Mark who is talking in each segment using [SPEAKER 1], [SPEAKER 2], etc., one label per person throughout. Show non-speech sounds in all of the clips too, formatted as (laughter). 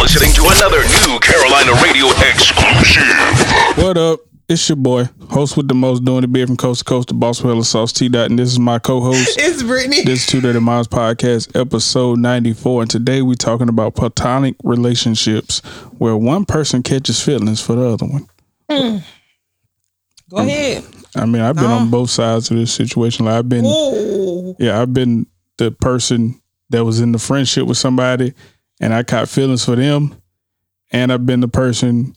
[SPEAKER 1] listening to another new Carolina Radio exclusive.
[SPEAKER 2] What up? It's your boy, host with the most, doing the beer from coast to coast, the boss with hella sauce, T Dot, and this is my co-host.
[SPEAKER 3] It's Brittany.
[SPEAKER 2] this is Two Dirty Minds podcast, episode ninety-four, and today we talking about platonic relationships, where one person catches feelings for the other one.
[SPEAKER 3] Go ahead.
[SPEAKER 2] I mean, I've been on both sides of this situation. Like I've been,
[SPEAKER 3] Ooh.
[SPEAKER 2] yeah, I've been the person that was in the friendship with somebody, and I caught feelings for them, and I've been the person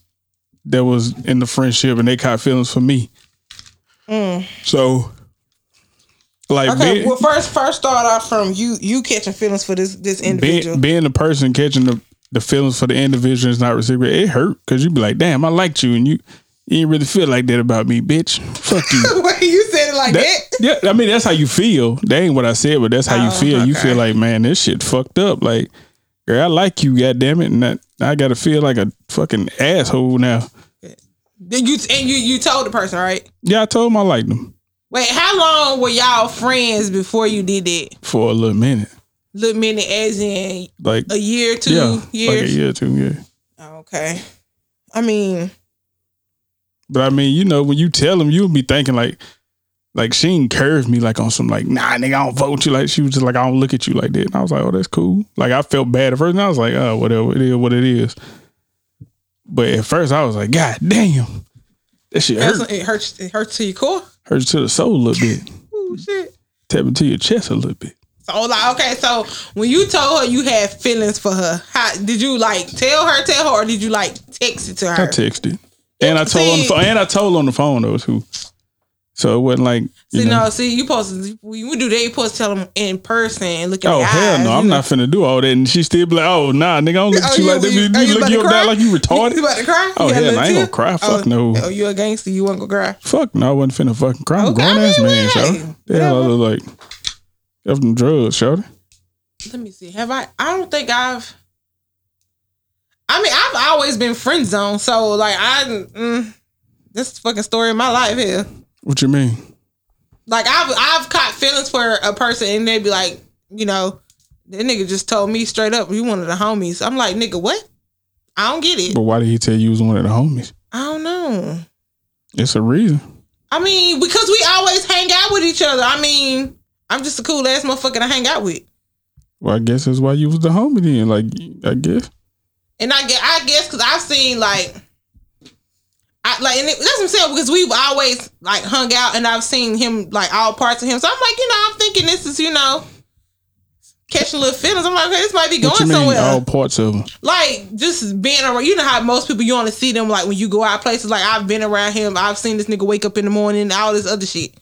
[SPEAKER 2] that was in the friendship and they caught feelings for me. So, like
[SPEAKER 3] Mm. Okay.
[SPEAKER 2] being,
[SPEAKER 3] well, first, first start off from you. You catching feelings for this this individual. (laughs)
[SPEAKER 2] being, being the person catching the, the feelings for the individual is not reciprocated. It hurt because you'd be like, "Damn, I liked you," and you you didn't really feel like that about me, bitch. Fuck
[SPEAKER 3] (laughs)
[SPEAKER 2] you.
[SPEAKER 3] Wait, you said it like
[SPEAKER 2] That-
[SPEAKER 3] that?
[SPEAKER 2] yeah, I mean that's how you feel. That ain't what I said, but that's how you
[SPEAKER 3] Oh,
[SPEAKER 2] feel. You
[SPEAKER 3] okay.
[SPEAKER 2] feel like, man, this shit fucked up. Like, girl, I like you, goddamn it, and that, I gotta feel like a fucking asshole now.
[SPEAKER 3] Then You and you you told the person right.
[SPEAKER 2] Yeah, I told him I liked him
[SPEAKER 3] Wait, how long were y'all friends before you did that?
[SPEAKER 2] for a little minute,
[SPEAKER 3] Little minute, as in
[SPEAKER 2] like
[SPEAKER 3] a year, two
[SPEAKER 2] yeah, like a
[SPEAKER 3] years.
[SPEAKER 2] year or two, yeah.
[SPEAKER 3] Okay. I mean,
[SPEAKER 2] But I mean, you know, when you tell him, you'll be thinking like, like she ain't curved me like on some like, nah, nigga, I don't vote you. Like she was just like, I don't look at you like that. And I was like, oh, that's cool. Like I felt bad at first, and I was like, oh, whatever, it is what it is. But at first, I was like, God damn, that shit
[SPEAKER 3] that's,
[SPEAKER 2] hurt,
[SPEAKER 3] it hurts. It hurts to your core.
[SPEAKER 2] hurts to the soul a little bit,
[SPEAKER 3] Ooh, shit.
[SPEAKER 2] tap into your chest a little bit.
[SPEAKER 3] So like, okay, so when you told her you had feelings for her, how did you like tell her, tell her, or did you like text it to her?
[SPEAKER 2] I texted, and I told on the
[SPEAKER 3] See-
[SPEAKER 2] phone, and I told on the phone though too. So it wasn't like you
[SPEAKER 3] See,
[SPEAKER 2] know.
[SPEAKER 3] no, see, you supposed to, when you do that, you supposed to tell them in person and look at
[SPEAKER 2] Oh
[SPEAKER 3] their
[SPEAKER 2] hell
[SPEAKER 3] eyes,
[SPEAKER 2] no!
[SPEAKER 3] you
[SPEAKER 2] I'm
[SPEAKER 3] know.
[SPEAKER 2] not finna do all that, and she still be like, "Oh nah, nigga, I don't look at
[SPEAKER 3] Oh,
[SPEAKER 2] you
[SPEAKER 3] yeah,
[SPEAKER 2] like that.
[SPEAKER 3] well, you-
[SPEAKER 2] You,
[SPEAKER 3] are
[SPEAKER 2] you
[SPEAKER 3] you
[SPEAKER 2] look
[SPEAKER 3] about
[SPEAKER 2] you
[SPEAKER 3] to
[SPEAKER 2] up there
[SPEAKER 3] cry?
[SPEAKER 2] like you retarded.
[SPEAKER 3] (laughs) You about to cry?
[SPEAKER 2] Oh,
[SPEAKER 3] You got a
[SPEAKER 2] hell,
[SPEAKER 3] little
[SPEAKER 2] I ain't gonna
[SPEAKER 3] tear?
[SPEAKER 2] cry. Fuck
[SPEAKER 3] oh,
[SPEAKER 2] no.
[SPEAKER 3] Oh, you a gangster. You wasn't gonna cry.
[SPEAKER 2] Fuck no, I wasn't finna fucking cry. I'm a
[SPEAKER 3] Okay,
[SPEAKER 2] grown
[SPEAKER 3] I
[SPEAKER 2] ass
[SPEAKER 3] mean,
[SPEAKER 2] man,
[SPEAKER 3] right.
[SPEAKER 2] shawty. The hell I look like Got some drugs, shawty.
[SPEAKER 3] Let me see. Have I? I don't think I've. I mean, I've always been friend zone, so like I, mm, this fucking story of my life here.
[SPEAKER 2] What you mean?
[SPEAKER 3] Like I've I've caught feelings for a person, and they be like, you know, that nigga just told me straight up, you one of the homies. I'm like, nigga, what? I don't get it.
[SPEAKER 2] But why did he tell you was one of the homies?
[SPEAKER 3] I don't know.
[SPEAKER 2] It's a reason.
[SPEAKER 3] I mean, because we always hang out with each other. I mean, I'm just a cool ass motherfucker to hang out with.
[SPEAKER 2] Well, I guess that's why you was the homie then. Like, I guess.
[SPEAKER 3] And I get, I guess, because I've seen like, I like, and it, that's what I'm saying because we've always like hung out, and I've seen him like all parts of him. So I'm like, you know, I'm thinking this is, you know, catching little feelings. I'm like, okay, this might be going
[SPEAKER 2] What you mean? Oh.
[SPEAKER 3] somewhere.
[SPEAKER 2] All parts of him.
[SPEAKER 3] Like just being around. You know how most people you only see them like when you go out places. Like I've been around him. I've seen this nigga wake up in the morning, all this other shit.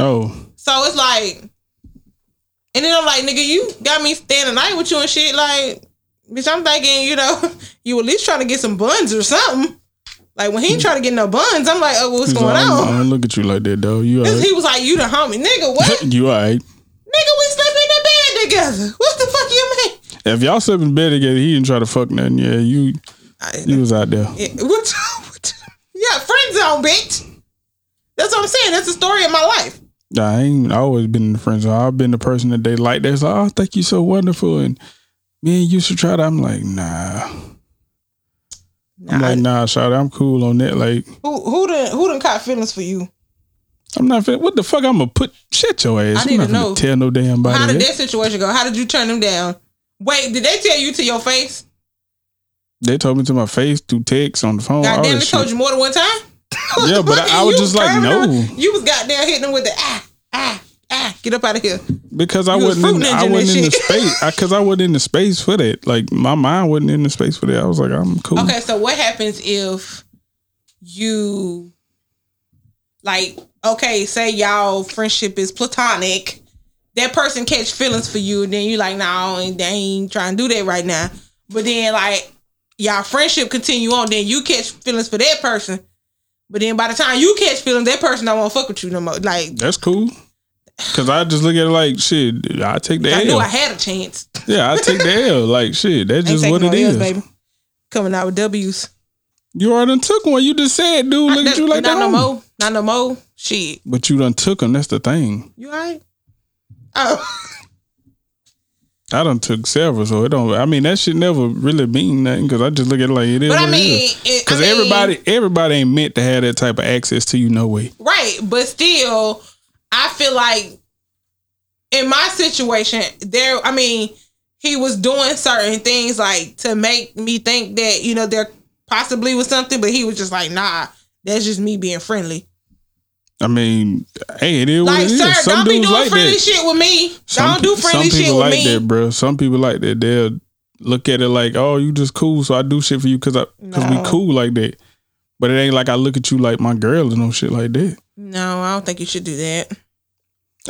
[SPEAKER 2] Oh,
[SPEAKER 3] So it's like, and then I'm like, nigga, you got me standing night with you and shit. Like, bitch, I'm thinking, you know, (laughs) you at least trying to get some buns or something. Like when he ain't trying to get no buns, I'm like, oh, what's
[SPEAKER 2] he's
[SPEAKER 3] going
[SPEAKER 2] like, I don't- I
[SPEAKER 3] on?
[SPEAKER 2] don't look at you like that, though. You all right?
[SPEAKER 3] He was like, you the homie, nigga. What,
[SPEAKER 2] (laughs)
[SPEAKER 3] nigga?
[SPEAKER 2] you all right?
[SPEAKER 3] We slept in the bed together. What the fuck you mean?
[SPEAKER 2] If y'all slept in bed together, he didn't try to fuck nothing. Yeah, you you was out there.
[SPEAKER 3] Yeah, what, (laughs) what? Yeah, friend zone, bitch. That's what I'm saying. That's the story of my life.
[SPEAKER 2] Nah, I ain't I always been in the friend zone. I've been the person that they like. That's like, oh, thank you so wonderful. And me and you should try that. I'm like, nah. I'm like, nah, shout I'm cool on that. Like,
[SPEAKER 3] Who who done who done caught feelings for you?
[SPEAKER 2] I'm not fin- what the fuck I'm gonna put shit your ass.
[SPEAKER 3] I
[SPEAKER 2] I'm
[SPEAKER 3] need
[SPEAKER 2] not finna
[SPEAKER 3] to know.
[SPEAKER 2] tell no damn body.
[SPEAKER 3] How did
[SPEAKER 2] that.
[SPEAKER 3] that situation go? How did you turn them down? Wait, did they tell you to your face?
[SPEAKER 2] They told me to my face through text on the phone. all
[SPEAKER 3] Goddamn,
[SPEAKER 2] that
[SPEAKER 3] they told
[SPEAKER 2] Oh, shit.
[SPEAKER 3] you more than one time. (laughs)
[SPEAKER 2] Yeah, but I- I was
[SPEAKER 3] You
[SPEAKER 2] just like,
[SPEAKER 3] curving
[SPEAKER 2] no.
[SPEAKER 3] her. You was goddamn hitting them with the ah ah ah. Get up out of here.
[SPEAKER 2] because I
[SPEAKER 3] you was
[SPEAKER 2] wasn't in,
[SPEAKER 3] fruit
[SPEAKER 2] I
[SPEAKER 3] ninja
[SPEAKER 2] wasn't in
[SPEAKER 3] and
[SPEAKER 2] the
[SPEAKER 3] shit.
[SPEAKER 2] space because I, wasn't in the space for that. Like my mind wasn't in the space for that. I was like, I'm cool.
[SPEAKER 3] Okay, so what happens if you like? Okay, say y'all friendship is platonic. That person catch feelings for you, and then you like, nah, I ain't- they ain't trying to do that right now. But then like y'all friendship continue on, then you catch feelings for that person. But then by the time you catch feelings, that person don't want to fuck with you no more. Like
[SPEAKER 2] That's cool. Cause I just look at it like shit. I take the
[SPEAKER 3] I
[SPEAKER 2] L.
[SPEAKER 3] knew I had a chance.
[SPEAKER 2] Yeah, I take the L. Like shit, that's
[SPEAKER 3] Ain't
[SPEAKER 2] just what
[SPEAKER 3] taking
[SPEAKER 2] it
[SPEAKER 3] no
[SPEAKER 2] is.
[SPEAKER 3] L's, baby. Coming out with W's.
[SPEAKER 2] You already done took one. You just said, dude, look at you like
[SPEAKER 3] not
[SPEAKER 2] that.
[SPEAKER 3] no
[SPEAKER 2] homie.
[SPEAKER 3] more. Not no more. Shit.
[SPEAKER 2] But you done took him. That's the thing.
[SPEAKER 3] You alright? Oh.
[SPEAKER 2] I done took several, so it don't. I mean, that shit never really mean nothing because I just look at it like it
[SPEAKER 3] (laughs)
[SPEAKER 2] is.
[SPEAKER 3] But
[SPEAKER 2] what
[SPEAKER 3] I mean, it- I
[SPEAKER 2] because
[SPEAKER 3] mean-
[SPEAKER 2] everybody, everybody ain't meant to have that type of access to you. No way.
[SPEAKER 3] Right, but still, I feel like in my situation, there. I mean, he was doing certain things like to make me think that you know there possibly was something, but he was just like, nah, that's just me being friendly.
[SPEAKER 2] I mean, hey, it is what
[SPEAKER 3] Like,
[SPEAKER 2] it is.
[SPEAKER 3] sir,
[SPEAKER 2] Some
[SPEAKER 3] don't be
[SPEAKER 2] dudes
[SPEAKER 3] doing
[SPEAKER 2] like
[SPEAKER 3] friendly
[SPEAKER 2] that.
[SPEAKER 3] shit with me.
[SPEAKER 2] Some
[SPEAKER 3] don't do
[SPEAKER 2] pe-
[SPEAKER 3] friendly
[SPEAKER 2] some
[SPEAKER 3] shit
[SPEAKER 2] people
[SPEAKER 3] with
[SPEAKER 2] like
[SPEAKER 3] me.
[SPEAKER 2] that, bro. Some people like that. They'll look at it like, oh, you just cool, so I do shit for you because I because
[SPEAKER 3] No.
[SPEAKER 2] we cool like that. But it ain't like I look at you like my girl and no shit like that.
[SPEAKER 3] No, I don't think you should do that.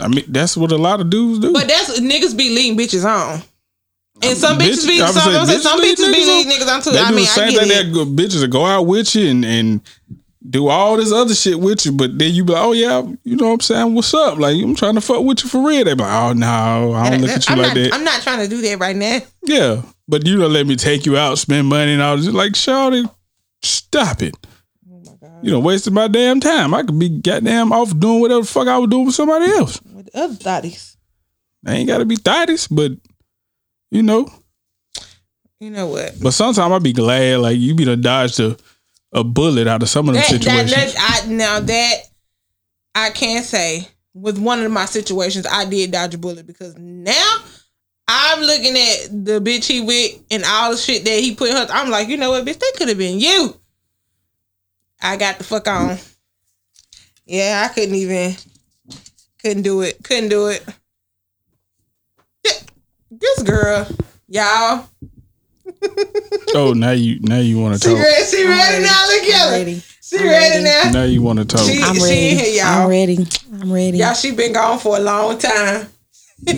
[SPEAKER 2] I mean, that's what a lot of dudes do.
[SPEAKER 3] But that's niggas be leading bitches on. And some bitches
[SPEAKER 2] bitch-
[SPEAKER 3] be
[SPEAKER 2] I was
[SPEAKER 3] some,
[SPEAKER 2] saying,
[SPEAKER 3] I'm saying
[SPEAKER 2] bitches
[SPEAKER 3] some
[SPEAKER 2] lead
[SPEAKER 3] bitches be
[SPEAKER 2] niggas
[SPEAKER 3] leading niggas on too.
[SPEAKER 2] They
[SPEAKER 3] I
[SPEAKER 2] do
[SPEAKER 3] mean,
[SPEAKER 2] the
[SPEAKER 3] I
[SPEAKER 2] same
[SPEAKER 3] get
[SPEAKER 2] thing
[SPEAKER 3] it.
[SPEAKER 2] that good bitches that go out with you and, and do all this other shit with you, but then you be like, oh yeah, you know what I'm saying? What's up? Like I'm trying to fuck with you for real. They be like, oh no, I don't look at you
[SPEAKER 3] I'm
[SPEAKER 2] like
[SPEAKER 3] not,
[SPEAKER 2] that.
[SPEAKER 3] I'm not trying to do that right now.
[SPEAKER 2] yeah, but you don't let me take you out, spend money, and all this. Like, shawty, stop it.
[SPEAKER 4] Oh
[SPEAKER 2] You know, wasting my damn time. I could be goddamn off doing whatever the fuck I was doing with somebody else.
[SPEAKER 3] With other thotties.
[SPEAKER 2] I ain't gotta be thotties, but you know,
[SPEAKER 3] You know what?
[SPEAKER 2] But sometimes I'd be glad, like you be done dodged a, a bullet out of some of them
[SPEAKER 3] That, that,
[SPEAKER 2] situations.
[SPEAKER 3] that, I, now that I can say with one of my situations, I did dodge a bullet because now I'm looking at the bitch he with and all the shit that he put in her. I'm like, you know what, bitch, that could have been you. I got the fuck on. Yeah, I couldn't even, couldn't do it, couldn't do it. Th- This girl, y'all,
[SPEAKER 2] oh, now you now you want to
[SPEAKER 3] she
[SPEAKER 2] talk.
[SPEAKER 3] ready, she ready now. Look at her,
[SPEAKER 4] ready.
[SPEAKER 3] she ready
[SPEAKER 4] ready.
[SPEAKER 3] now.
[SPEAKER 2] Now you want to talk.
[SPEAKER 3] She-
[SPEAKER 4] I'm
[SPEAKER 3] in
[SPEAKER 4] ready.
[SPEAKER 3] here, y'all.
[SPEAKER 4] I'm ready. I'm ready.
[SPEAKER 3] Y'all, she been gone for a long time. (laughs)
[SPEAKER 4] I'm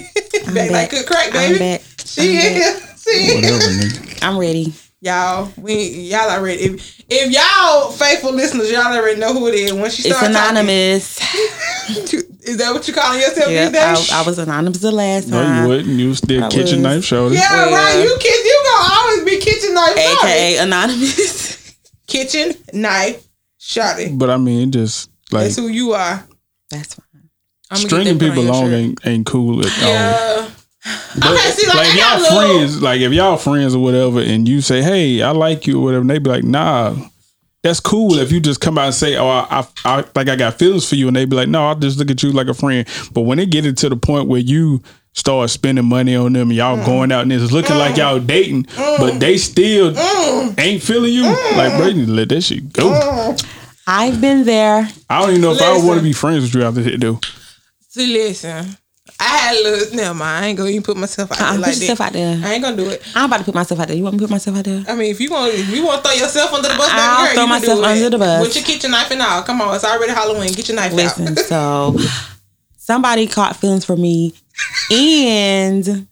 [SPEAKER 3] They like
[SPEAKER 4] back.
[SPEAKER 3] good crack,
[SPEAKER 4] I'm
[SPEAKER 3] baby.
[SPEAKER 4] back.
[SPEAKER 3] She here. (laughs) She here.
[SPEAKER 2] Whatever,
[SPEAKER 3] (laughs)
[SPEAKER 2] nigga.
[SPEAKER 4] I'm ready.
[SPEAKER 3] Y'all, we y'all already. If, if y'all faithful listeners, y'all already know who it is. When she
[SPEAKER 4] It's
[SPEAKER 3] started
[SPEAKER 4] anonymous.
[SPEAKER 3] talking, (laughs) is that what you calling yourself
[SPEAKER 4] Yep,
[SPEAKER 3] these days?
[SPEAKER 4] I, I was anonymous the last
[SPEAKER 2] No, you
[SPEAKER 4] time.
[SPEAKER 2] wouldn't. You was still
[SPEAKER 4] I
[SPEAKER 2] kitchen
[SPEAKER 4] was.
[SPEAKER 2] knife shorty.
[SPEAKER 3] yeah,
[SPEAKER 4] Well.
[SPEAKER 3] right. You kid, you gonna always be kitchen knife, shorty.
[SPEAKER 4] AKA
[SPEAKER 3] (laughs)
[SPEAKER 4] anonymous.
[SPEAKER 3] kitchen knife, shorty.
[SPEAKER 2] But I mean, just like
[SPEAKER 3] That's who you are.
[SPEAKER 4] That's fine.
[SPEAKER 3] I'ma get
[SPEAKER 2] stringing
[SPEAKER 3] that put on
[SPEAKER 2] people
[SPEAKER 3] your
[SPEAKER 2] along
[SPEAKER 3] shirt.
[SPEAKER 2] ain't, ain't cool at all.
[SPEAKER 3] Yeah.
[SPEAKER 2] But,
[SPEAKER 3] okay, see, like, I
[SPEAKER 2] if y'all
[SPEAKER 3] got a little-
[SPEAKER 2] friends, like if y'all friends or whatever, and you say, "Hey, I like you" or whatever, and they be like, "Nah." That's cool if you just come out and say, "Oh, I, I, I like I got feelings for you," and they be like, "No, I just look at you like a friend." But when it get it to the point where you start spending money on them, and y'all
[SPEAKER 3] Mm.
[SPEAKER 2] going out and it's looking like y'all dating, but they still
[SPEAKER 3] Mm.
[SPEAKER 2] ain't feeling you, like bro, you need to let that shit go.
[SPEAKER 4] I've been there.
[SPEAKER 2] I don't even know if I would
[SPEAKER 3] Listen.
[SPEAKER 2] want to be friends with you after that, dude.
[SPEAKER 3] See, listen, I had a little. Never mind. I ain't gonna even put myself out there
[SPEAKER 4] I put
[SPEAKER 3] like Uh-huh.
[SPEAKER 4] yourself
[SPEAKER 3] that.
[SPEAKER 4] out there.
[SPEAKER 3] I ain't gonna do it.
[SPEAKER 4] I'm about to put myself out there. You want me to put myself out there?
[SPEAKER 3] I mean, if you want, if you want to throw yourself under the bus, baby
[SPEAKER 4] I'll
[SPEAKER 3] girl,
[SPEAKER 4] throw
[SPEAKER 3] you can
[SPEAKER 4] myself
[SPEAKER 3] do
[SPEAKER 4] under
[SPEAKER 3] it.
[SPEAKER 4] the bus.
[SPEAKER 3] with your kitchen knife and all. Come on, it's already Halloween. Get your knife
[SPEAKER 4] Listen,
[SPEAKER 3] out.
[SPEAKER 4] so somebody caught feelings for me, and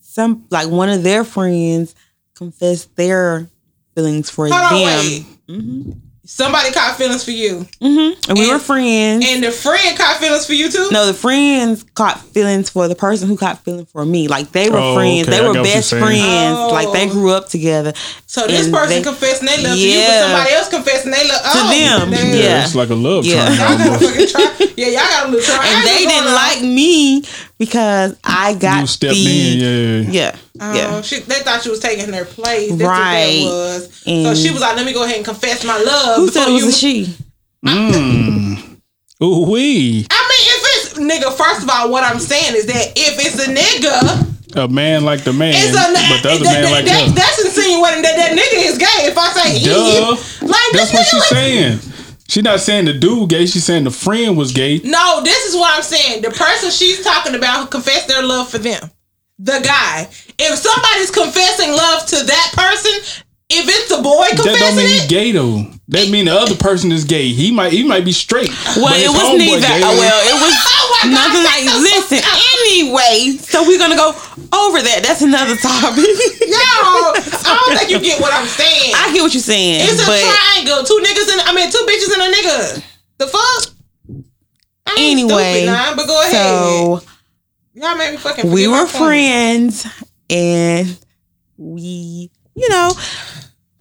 [SPEAKER 4] some like one of their friends confessed their feelings for
[SPEAKER 3] (laughs) Hold on, wait.
[SPEAKER 4] them.
[SPEAKER 3] Somebody caught feelings for you,
[SPEAKER 4] Mm-hmm. And we
[SPEAKER 3] And-
[SPEAKER 4] were friends.
[SPEAKER 3] and the friend caught feelings for you too.
[SPEAKER 4] no, the friends caught feelings for the person who caught feelings for me. Like they were
[SPEAKER 2] Oh,
[SPEAKER 4] friends.
[SPEAKER 2] okay. I
[SPEAKER 4] They were
[SPEAKER 2] got what you're
[SPEAKER 4] best
[SPEAKER 2] saying.
[SPEAKER 4] friends. Like they
[SPEAKER 3] Oh.
[SPEAKER 4] grew up together.
[SPEAKER 3] So this
[SPEAKER 4] And
[SPEAKER 3] person
[SPEAKER 4] they-
[SPEAKER 3] confessing they love you, but
[SPEAKER 4] Yeah.
[SPEAKER 3] somebody else confessing they love oh,
[SPEAKER 4] them,
[SPEAKER 3] damn.
[SPEAKER 4] Yeah.
[SPEAKER 2] It's like a love
[SPEAKER 4] Yeah.
[SPEAKER 3] Y'all
[SPEAKER 2] triangle.
[SPEAKER 3] got (laughs) a
[SPEAKER 4] (laughs)
[SPEAKER 3] fucking try. Yeah, y'all got a little try.
[SPEAKER 4] And they didn't like me because I got
[SPEAKER 2] You stepped
[SPEAKER 4] the,
[SPEAKER 2] in, yeah, yeah, yeah.
[SPEAKER 4] yeah,
[SPEAKER 3] Um,
[SPEAKER 4] yeah.
[SPEAKER 3] she, they thought she was taking their place. That's
[SPEAKER 4] Right.
[SPEAKER 3] what that was.
[SPEAKER 4] And-
[SPEAKER 3] so she was like, "Let me go ahead and confess my love."
[SPEAKER 4] Who said
[SPEAKER 3] before
[SPEAKER 4] it was
[SPEAKER 3] you
[SPEAKER 4] a she?
[SPEAKER 2] Ooh wee,
[SPEAKER 3] I mean, if it's nigga, first of all, what I'm saying is that if it's a nigga,
[SPEAKER 2] a man like the man,
[SPEAKER 3] it's a
[SPEAKER 2] but the other
[SPEAKER 3] that-
[SPEAKER 2] man
[SPEAKER 3] that-
[SPEAKER 2] like
[SPEAKER 3] that-
[SPEAKER 2] her.
[SPEAKER 3] that's insinuating that that nigga is gay. If I say he,
[SPEAKER 2] Duh.
[SPEAKER 3] like
[SPEAKER 2] That's what
[SPEAKER 3] this nigga
[SPEAKER 2] she's
[SPEAKER 3] was-
[SPEAKER 2] saying. She's not saying the dude gay. She's saying the friend was gay.
[SPEAKER 3] No, this is what I'm saying. The person she's talking about who confessed their love for them, the guy. If somebody's confessing love to that person, if it's a boy
[SPEAKER 2] That don't
[SPEAKER 3] confessing
[SPEAKER 2] mean he
[SPEAKER 3] it,
[SPEAKER 2] gay though. That mean the other person is gay. He might he might be straight.
[SPEAKER 4] Well,
[SPEAKER 2] but
[SPEAKER 4] it
[SPEAKER 2] his
[SPEAKER 4] was
[SPEAKER 2] homeboy
[SPEAKER 4] neither.
[SPEAKER 2] gay.
[SPEAKER 4] uh, Well, it was
[SPEAKER 3] Oh my God,
[SPEAKER 4] nothing
[SPEAKER 3] that's
[SPEAKER 4] like.
[SPEAKER 3] so
[SPEAKER 4] Listen,
[SPEAKER 3] fucked up.
[SPEAKER 4] anyway, so we're gonna go over that. That's another topic. (laughs)
[SPEAKER 3] no, I don't think you get what I'm saying.
[SPEAKER 4] I get what you're saying,
[SPEAKER 3] it's a
[SPEAKER 4] but
[SPEAKER 3] triangle. Two niggas and I mean two bitches and a nigga. The fuck. I ain't
[SPEAKER 4] anyway,
[SPEAKER 3] stupid, nah, but go ahead.
[SPEAKER 4] so
[SPEAKER 3] Y'all made me fucking.
[SPEAKER 4] we
[SPEAKER 3] forget
[SPEAKER 4] were
[SPEAKER 3] my point.
[SPEAKER 4] friends, and we, you know,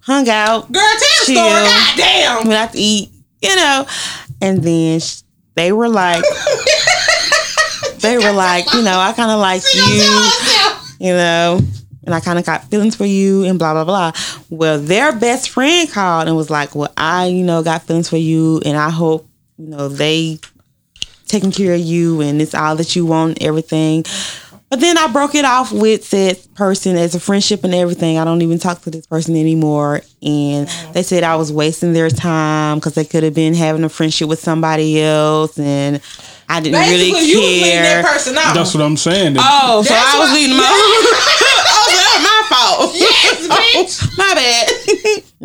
[SPEAKER 4] hung out,
[SPEAKER 3] Girl, tell the story.
[SPEAKER 4] Chill.
[SPEAKER 3] God damn.
[SPEAKER 4] went out to eat, you know, and then sh- they
[SPEAKER 3] (laughs)
[SPEAKER 4] were like, they were like, you know, I kind of like
[SPEAKER 3] Don't tell
[SPEAKER 4] you.
[SPEAKER 3] herself.
[SPEAKER 4] you know, and I kind of got feelings for you and blah, blah, blah. Well, their best friend called and was like, well, I, you know, got feelings for you and I hope, you know, they taking care of you and it's all that you want, everything. But then I broke it off with said person as a friendship and everything. I don't even talk to this person anymore. And they said I was wasting their time because they could have been having a friendship with somebody else and I didn't
[SPEAKER 3] Basically,
[SPEAKER 4] really
[SPEAKER 3] you was leading
[SPEAKER 4] care.
[SPEAKER 3] that person out. (laughs)
[SPEAKER 2] That's what I'm saying.
[SPEAKER 4] Oh, so
[SPEAKER 3] That's
[SPEAKER 4] I was
[SPEAKER 3] why-
[SPEAKER 4] leading my.
[SPEAKER 3] (laughs)
[SPEAKER 4] (laughs) oh, so that was my fault.
[SPEAKER 3] Yes, bitch.
[SPEAKER 4] (laughs) my bad. (laughs)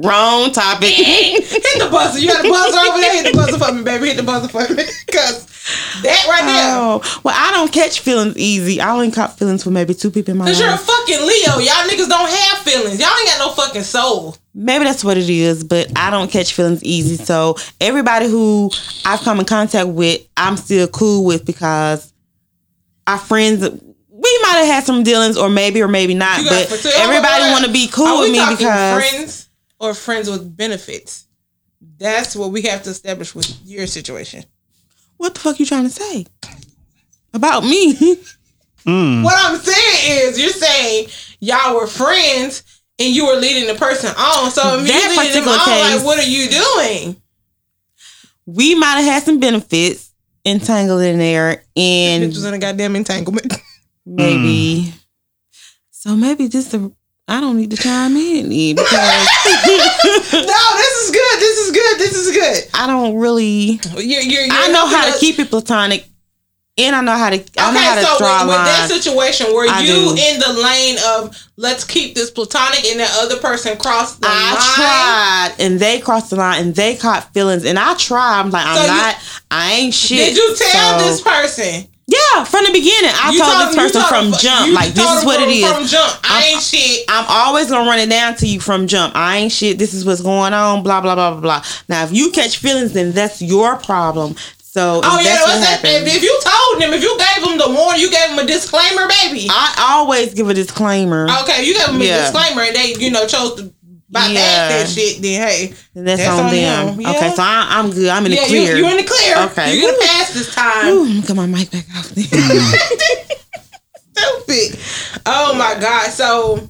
[SPEAKER 3] (laughs)
[SPEAKER 4] Wrong topic.
[SPEAKER 3] Hit the buzzer. You got the buzzer over there. Hit the buzzer for me, baby. Hit the buzzer for me. (laughs) Because that right there.
[SPEAKER 4] oh, well, I don't catch feelings easy. I only caught feelings for maybe two people in my
[SPEAKER 3] Because you're a
[SPEAKER 4] life.
[SPEAKER 3] fucking Leo. Y'all niggas don't have feelings. Y'all ain't got no fucking soul.
[SPEAKER 4] Maybe that's what it is, but I don't catch feelings easy. So everybody who I've come in contact with, I'm still cool with because our friends. We might have had some dealings, or maybe, or maybe not.
[SPEAKER 3] You
[SPEAKER 4] But
[SPEAKER 3] guys- so-
[SPEAKER 4] everybody
[SPEAKER 3] are-
[SPEAKER 4] want to be
[SPEAKER 3] are
[SPEAKER 4] cool
[SPEAKER 3] Oh, we
[SPEAKER 4] with me
[SPEAKER 3] talking
[SPEAKER 4] because
[SPEAKER 3] friends or friends with benefits. That's what we have to establish with your situation.
[SPEAKER 4] what the fuck you trying to say about me? (laughs) Mm.
[SPEAKER 3] What I'm saying is, you're saying y'all were friends and you were leading the person on. So if
[SPEAKER 4] That
[SPEAKER 3] you're leading them
[SPEAKER 4] particular
[SPEAKER 3] on,
[SPEAKER 4] case-
[SPEAKER 3] like, what are you doing?
[SPEAKER 4] we might have had some benefits entangled in there
[SPEAKER 3] Bitch
[SPEAKER 4] and
[SPEAKER 3] was in Hmm. a goddamn
[SPEAKER 4] (laughs)
[SPEAKER 3] entanglement.
[SPEAKER 4] maybe so maybe just the I don't need to chime in then because (laughs)
[SPEAKER 3] no, this is good. This is good. This is good.
[SPEAKER 4] I don't really
[SPEAKER 3] You're, you're, you're
[SPEAKER 4] I know how to
[SPEAKER 3] because-
[SPEAKER 4] keep it platonic and I know how to I know how to draw a
[SPEAKER 3] with, with that
[SPEAKER 4] line.
[SPEAKER 3] situation, were
[SPEAKER 4] I
[SPEAKER 3] you
[SPEAKER 4] do.
[SPEAKER 3] in the lane of let's keep this platonic and that other person crossed the line?
[SPEAKER 4] I tried and they crossed the line and they caught feelings and I tried. I'm like, I'm
[SPEAKER 3] So you-
[SPEAKER 4] not, I ain't shit.
[SPEAKER 3] Did you tell
[SPEAKER 4] So-
[SPEAKER 3] this person?
[SPEAKER 4] Yeah, from the beginning. I
[SPEAKER 3] You
[SPEAKER 4] told,
[SPEAKER 3] told
[SPEAKER 4] this
[SPEAKER 3] him- you
[SPEAKER 4] person
[SPEAKER 3] told
[SPEAKER 4] from
[SPEAKER 3] him-
[SPEAKER 4] jump,
[SPEAKER 3] you
[SPEAKER 4] like, this
[SPEAKER 3] told
[SPEAKER 4] is
[SPEAKER 3] him
[SPEAKER 4] what
[SPEAKER 3] from,
[SPEAKER 4] it is.
[SPEAKER 3] From jump, I
[SPEAKER 4] I'm-
[SPEAKER 3] ain't shit.
[SPEAKER 4] I'm always gonna run it down to you from jump. I ain't shit. This is what's going on. Blah blah blah blah blah. Now, if you catch feelings, then that's your problem. So if
[SPEAKER 3] Oh yeah,
[SPEAKER 4] that's what
[SPEAKER 3] what's that?
[SPEAKER 4] happened.
[SPEAKER 3] If, if you told them, if you gave them the warning, you gave them a disclaimer, baby.
[SPEAKER 4] I always give a disclaimer.
[SPEAKER 3] okay, you gave them a
[SPEAKER 4] Yeah.
[SPEAKER 3] disclaimer, and they, you know, chose to bypass
[SPEAKER 4] Yeah.
[SPEAKER 3] that shit. Then hey,
[SPEAKER 4] and that's,
[SPEAKER 3] that's
[SPEAKER 4] on,
[SPEAKER 3] on
[SPEAKER 4] them.
[SPEAKER 3] them. Yeah.
[SPEAKER 4] Okay, so I, I'm good. I'm in
[SPEAKER 3] yeah,
[SPEAKER 4] the clear.
[SPEAKER 3] You, you're in the clear.
[SPEAKER 4] Okay.
[SPEAKER 3] you get
[SPEAKER 4] Woo.
[SPEAKER 3] a pass this time.
[SPEAKER 4] Ooh, I'm gonna get my mic back off. then.
[SPEAKER 3] (laughs)
[SPEAKER 4] (laughs)
[SPEAKER 3] stupid. Oh my god. So